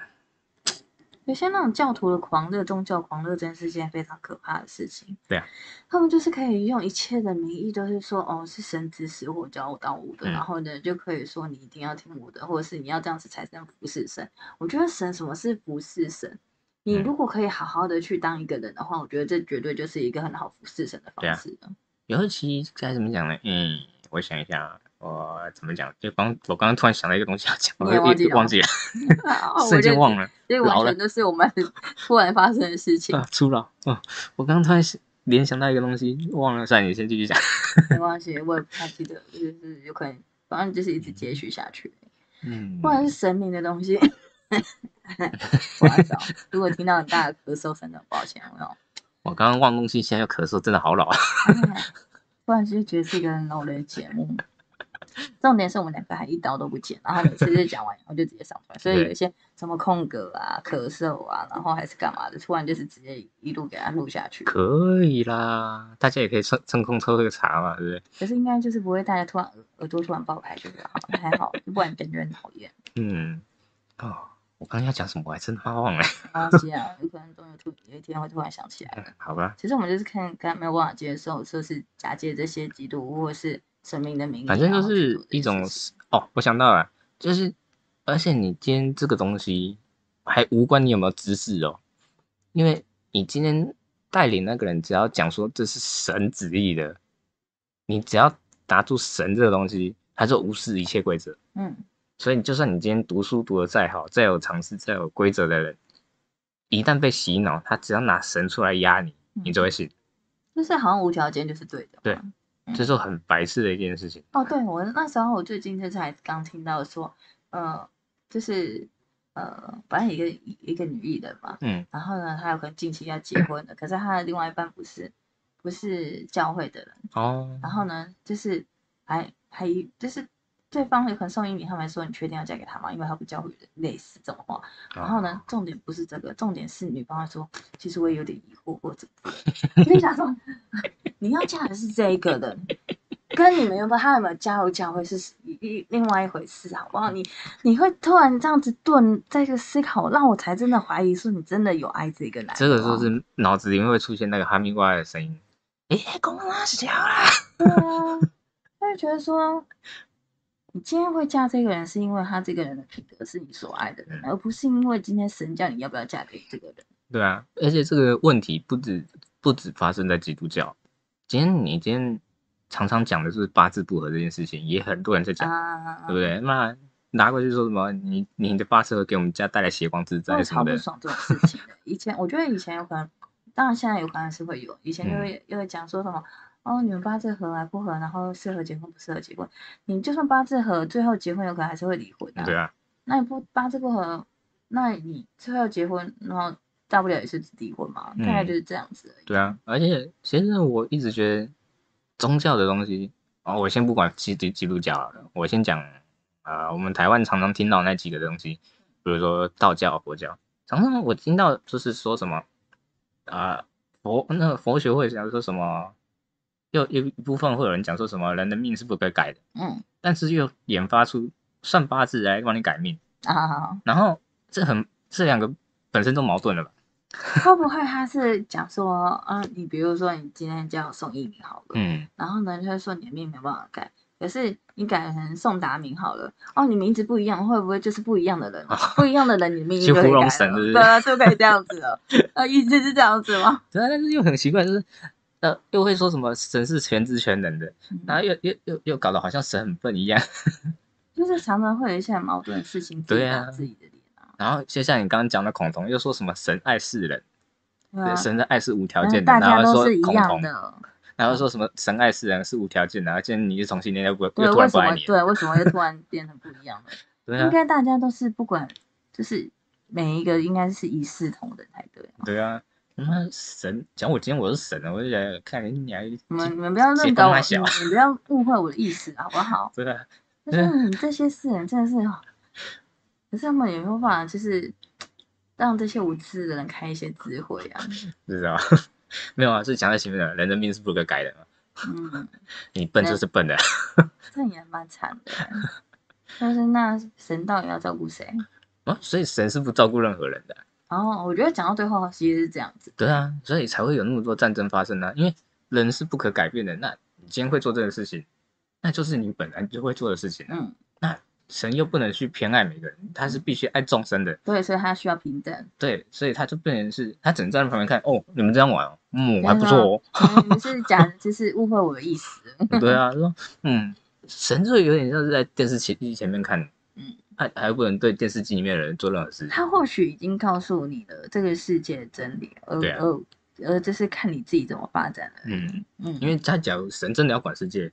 有些那种教徒的狂热、宗教狂热，真是件非常可怕的事情。
对啊，
他们就是可以用一切的名义，都是说哦是神指使我教导我的，
嗯
然后呢就可以说你一定要听我的，或者是你要这样子才能服侍神。我觉得神什么是服侍神？你
嗯
如果可以好好的去当一个人的话，我觉得这绝对就是一个很好服侍神的
对
方
啊
式 了。
尤其该怎么讲呢？嗯，我想一下啊，我怎么讲？就刚我刚刚突然想到一个东西要讲，
你
我
也
又
忘记了吗
忘记了，
啊我
瞬间
就
忘，了，
所以
老
完
了
全就是我们 突然发生的事情
啊，，出了哦，我刚刚突然想联想到一个东西，忘了，算了，你先继续讲。
没关系，我也不太记得，就是有可能，反正就是一直接续下去。
嗯
不，然是神明的东西。 不好意思哦，如果听到很大的咳嗽声的，抱歉，我 有
我刚刚忘东西，现在又咳嗽，真的好老啊。
突然就觉得是一个很老人的节目。重点是我们两个还一刀都不剪，然后每次就讲完，然后就直接上传，所以有一些什么空格啊、咳嗽啊，然后还是干嘛的，突然就是直接一路给它录下去。
可以啦，大家也可以趁趁空抽个茶嘛，对不对？
可是应该就是不会大家突然耳耳朵突然爆开，就是好像还好，不然感觉很讨厌。
嗯，哦，我刚刚要讲什么，我还真他妈忘了。
没关系啊，有可能终于突有一天会突然想起来。
好吧，
其实我们就是看刚没有办法接受，说是假借这些基督或者是神明的名义，
反正就
然后去
是
做这
一
件
种
事情
是哦，我想到了，就是而且你今天这个东西还无关你有没有知识哦，因为你今天带领那个人，只要讲说这是神旨意的，你只要拿住神这个东西，他就无视一切规则。
嗯，
所以，就算你今天读书读的再好，再有尝试、再有规则的人，一旦被洗脑，他只要拿神出来压你，你就会信。
嗯就是好像无条件就是对的。
对这是很白痴的一件事情。
哦，对我那时候我最近就是还刚听到说，呃，就是呃，反正一个一个女艺人嘛，
嗯
然后呢，她有可能近期要结婚了，可是她的另外一半不是不是教会的人，
哦，
然后呢，就是还还就是对方有可能送英礼，他们还说你确定要嫁给他吗？因为他不教会人，类似这种话。
嗯
然后呢，重点不是这个，重点是女方还说，其实我也有点疑惑或者， 我就想说，你要嫁的是这一个人，跟你们有没有他有没有加入教会是一一另外一回事，啊好不好？你你会突然这样子顿在一个思考，让我才真的怀疑说你真的有爱这个男人。哦
这个就
好不好
是脑子里面会出现那个哈密瓜的声音。哎、公拉小啦！
对啊，就会觉得说，你今天会嫁这个人，是因为他这个人的品格是你所爱的人，而不是因为今天神叫你要不要嫁给这个人。
对啊，而且这个问题不止不止发生在基督教，今天你今天常常讲的是八字不合这件事情，也很多人在讲，
啊，
对不？对？那拿过去说什么你你的八字合给我们家带来血光之
我
灾什
超
么
不
的，
爽这种事
嗯
情的。以前我觉得以前有可能，当然现在有可能是会有，以前就会、又会讲说什么。哦，你们八字合还不合，然后适合结婚不适合结婚，你就算八字合，最后结婚有可能还是会离婚的、
对啊，
那你不八字不合，那你最后结婚，然后大不了也是离婚嘛，大概
嗯
就是这样子而已。
对啊，而且其实我一直觉得宗教的东西，哦，我先不管基督基督教好了，我先讲啊、呃我们台湾常常听到那几个东西，比如说道教、佛教，常常我听到就是说什么啊、佛那个佛学会讲说什么，又有一部分会有人讲说什么人的命是不可改的，
嗯
但是又研发出算八字来帮你改命，
啊，
然后这很这两个本身都矛盾了吧？
会不会他是讲说，啊，你比如说你今天叫宋一鸣好了，
嗯，
然后呢就会说你的命没办法改，可是你改成宋达明好了，哦，你名字不一样，会不会就是不一样的人？啊 不一样的人，你的命运就
去
可以
糊弄
改
神
了
是不是
对啊，就可以这样子 了。呃，意思是这样子吗？
对啊，但是又很奇怪，就是呃，又会说什么神是全知全能的，然后又又又又搞得好像神很笨一样。
就是常常会有一些很矛盾的事情自己
对啊
打自己的脸啊，
然后就像你刚刚讲的孔同，又说什么神爱世人，
对
对
啊，
神的爱是无条
然后
件的，
大
然
家
后
都
说
是一
孔
样
同，
的，
然后说什么神爱世人是无条件的，然后现在你是同性恋又不
对，
又突
为
然不
什
爱
么
你了，
对为什 么又突然变成不一样了？
对
应
啊，
该大家都是不管，就是每一个应该是一视同仁才对啊。
对啊。他妈神讲我今天我是神了，啊我就觉得看你还
你们你们不要
结
乱
婚
搞我，
还
你
小
们不要误会我的意思好不好？
对啊，
但是你这些世人真的是，哦可是他们有没有办法就是让这些无知的人开一些智慧啊？
知道 没有啊？是讲在前面的，人的命是不可改的嘛，
嗯，
你笨就是笨 的。啊
这样也蛮惨的。但是那神到底要照顾谁？
啊，所以神是不照顾任何人的。
然后我觉得讲到最后其实是这样子，
对啊，所以才会有那么多战争发生啊，因为人是不可改变的。那你今天会做这个事情，那就是你本来就会做的事情啊、
嗯，
神又不能去偏爱每个人，他是必须爱众生的。
对，所以他需要平等。
对，所以他就变成是，他只能站在旁边看，哦，你们这样玩哦，
对
嗯，
啊
还不错
嗯你们是讲就是误会我的意思，
哦。对啊，说，嗯，神就有点像是在电视机前面看，
嗯，
还还不能对电视机里面的人做任 何事情。
他或许已经告诉你了这个世界的真理，而
对啊
而而这是看你自己怎么发展了。
嗯，
嗯，
因为他假如神真的要管世界，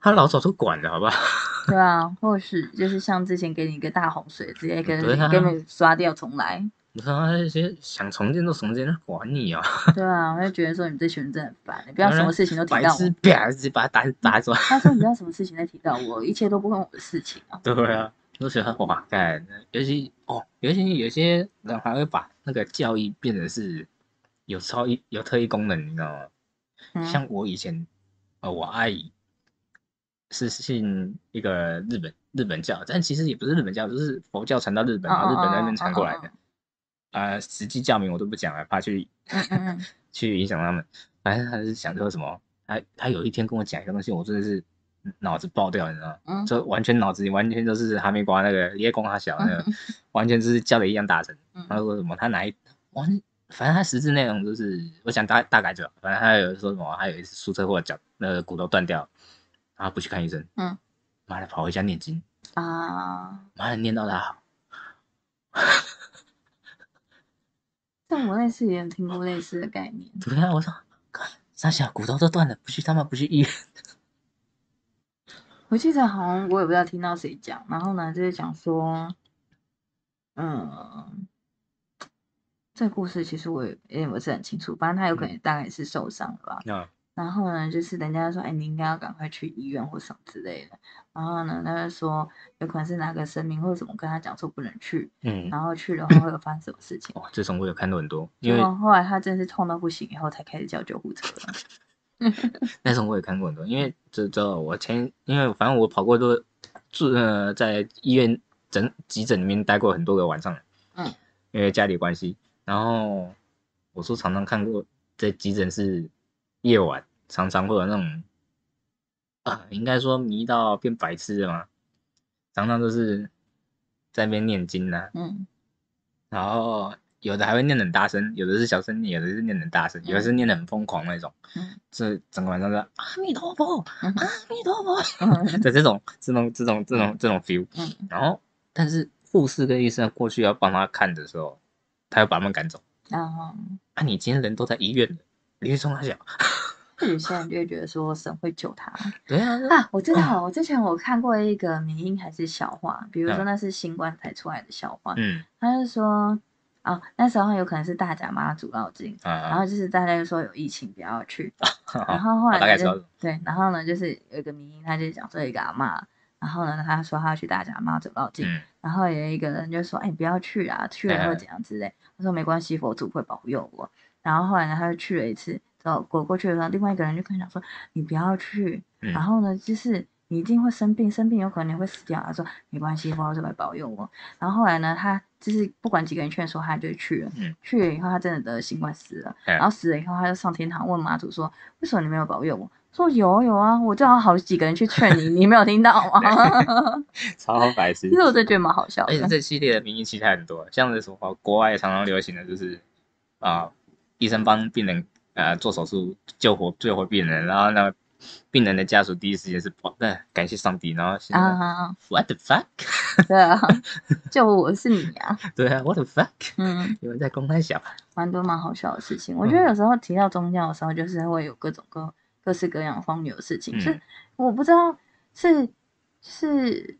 他老早就管了，好不好？
对啊，或许就是像之前给你一个大洪水，直接跟
对啊
根本刷掉重来。
你说他那些想重建就重建，他管你啊、
对啊，我就觉得说你这群人真的很烦，你欸不要
当
什
然
么事情都提
白
到
痴
我。
啪，直接把他打打走。
他说你不要什么事情都提到我，一切都不关我的事情啊。
对啊，就觉得哇，干，尤其哦，尤其有些人还会把那个教育变成是有超一有特异功能，你知道吗？
嗯，
像我以前，呃，我阿姨是信一个日本日本教，但其实也不是日本教，就是佛教传到日本，然后日本在那边传过来的
嗯。
呃，实际教名我都不讲了，怕去
嗯嗯嗯，
去影响他们。反正他是想说什么，他他有一天跟我讲一个东西，我真的是脑子爆掉，你知道吗？
嗯
就完全脑子里完全就是哈密瓜那个叶公他小那个， 完全就是叫的一样大声。
嗯
他说什么？他哪一完？反正他实质内容就是，我想大大概就好，反正他有说什么，他有一次出车祸脚那个骨头断掉，然后不去看医生，
嗯，
妈的跑回家念经，
嗯啊。
妈的念到他好，
但我类似也有听过类似的概念，
对啊，我说，干傻小骨头都断了，不去他妈不去医院，
我记得好像我也不知道听到谁讲，然后呢就是讲说，嗯，这故事其实我也也不是很清楚，反正他有
嗯
可能大概是受伤了吧。
啊，
然后呢，就是人家说，哎，你应该要赶快去医院或什么之类的。然后呢，他就说有可能是哪个神明或者什么跟他讲说不能去，
嗯，
然后去的话会有发生什么事情。
哦，这种我有看到很多，因为
然后后来他真的是痛到不行以后才开始叫救护车了。
那时候我也看过很多，因为这这我前因为反正我跑过都住呃在医院诊急诊里面待过很多个晚上，
嗯，
因为家里关系，然后我说常常看过在急诊室夜晚常常会有那种啊、应该说迷到变白痴的嘛，常常都是在那边念经啊呐、
嗯
然后有的还会念得很大声，有的是小声念，有的是念得很大声，有的是念得很疯狂那种。
嗯
这整个晚上都在阿弥陀佛，
嗯
阿弥陀佛
嗯
的这种这种这种这种这种 feel。
嗯
然后，但是护士跟医生过去要帮他看的时候，他要把他们赶走。
然后
啊，你今天人都在医院了，你去冲他小？
或许现在就会觉得说神会救他
对啊，
啊！我知道，我之前我看过一个迷音还是笑话，比如说
嗯
那是新冠才出来的笑话，
嗯
他就说啊，那时候有可能是大甲妈祖绕境，然
啊，
后就是大家就说有疫情不要去，然
哦好，
后后
我大
来
概
就
知道
是对，然后呢就是有一个迷音，他就讲说有一个阿嬷，然后呢他说他要去大甲妈祖绕境，
嗯
然后有一个人就说：“哎、不要去啊，去了
嗯
会怎样之类。”我说：“没关系，佛祖会保佑我。”然后后来呢，他就去了一次，之后过过去的时候，另外一个人就跟他讲说：“你不要去，
嗯
然后呢，就是你一定会生病，生病有可能你会死掉。”他说：“没关系，佛祖会保佑我。”然后后来呢，他就是不管几个人劝说，他就去了。
嗯
去了以后，他真的得了新冠死了。
嗯
然后死了以后，他就上天堂问妈祖说：“为什么你没有保佑我？”说：“有啊有啊，我正好好几个人去劝你，你没有听到
哎
吗？”
超白 痴
其实。我真的觉得蛮好笑的。
而且这系列的名义其实还很多，像是什么国外常常流行的就是啊、医生帮病人呃做手术救活救活病人，然后呢，病人的家属第一时间是哦，那感谢上帝，然后现在、
啊，
What the fuck？
对啊， 就我是你啊，
对啊，What the fuck？
嗯，
你们在公开小
蛮多蛮好笑的事情。我觉
嗯
得有时候提到宗教的时候，就是会有各种各各式各样荒谬的事情，
嗯
是我不知道是是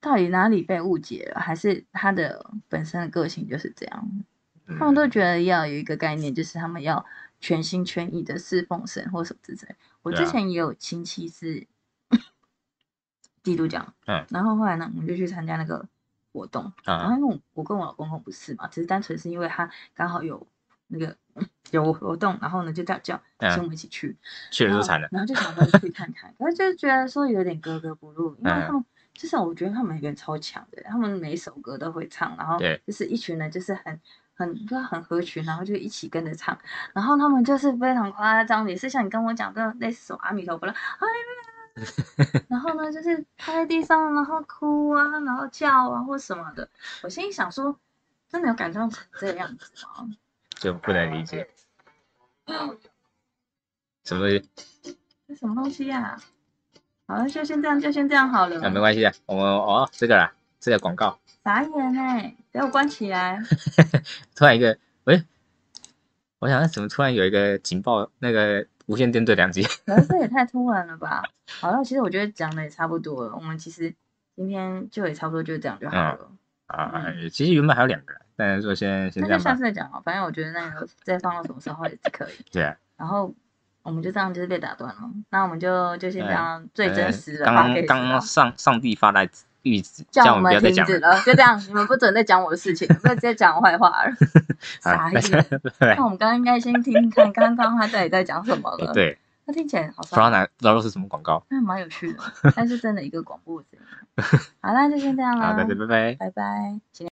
到底哪里被误解了，还是他的本身的个性就是这样。
嗯
他们都觉得要有一个概念，就是他们要全心全意的侍奉神或什么之类。我之
对啊
前也有亲戚是 基督教，
嗯，
然后后来呢，我们就去参加那个活动，然后
啊，
因为我我跟我老公公不是嘛，只是单纯是因为他刚好有那个 有活动，然后呢就叫叫
嗯
请我们一起去，
去了
然
就
后
惨了。
啊然后就想说去看看，可是就觉得说有点格格不入，因为他
嗯
们、就是我觉得他们每个人超强的，他们每首歌都会唱，然后
对
就是一群人就是很。很就是很合群，然后就一起跟着唱，然后他们就是非常夸张，也是像你跟我讲的类似什么阿弥陀佛了，阿弥陀 佛然后呢，就是趴在地上，然后哭啊，然后叫啊或什么的。我心里想说，真的有感动成这样子吗？
就不能理解。什么东西？
这什么东西呀、好了，就先这样，就先这样好了。
啊，没关系啊，我们哦，这个啦，这个广告，
傻眼哎、给我关起来。
突然一个，喂、我想怎么突然有一个警报，那个无线电对讲 机，
可是这也太突然了 吧？好了，其实我觉得讲的也差不多了。我们其实今天就也差不多就这样就好了。
啊
嗯，
其实原本还有两个，但是说先先
那
这
就
样
下
吧
次。再讲啊，反正我觉得那个再放到什么时候也是可 以。
对啊，
然后我们就这样就是被打断了，那我们就就先这样最真实的
呃
发给
刚刚上上帝发来谕旨，
叫
叫
我
们不
们
要再
停
讲
止了，就这样，你们不准再讲我的事情，不要再讲我坏话 了。
啊
傻，眼。
拜
那我们刚刚应该先听看刚刚他到底在讲什么了
拜。。，哎对，
那听起来哦好
不知道
像
哪不知道是什么广告
那蛮有 趣的，但是真的一个广播的声音。好啦，就先这样
啊，
啦
大，家拜拜。
拜拜。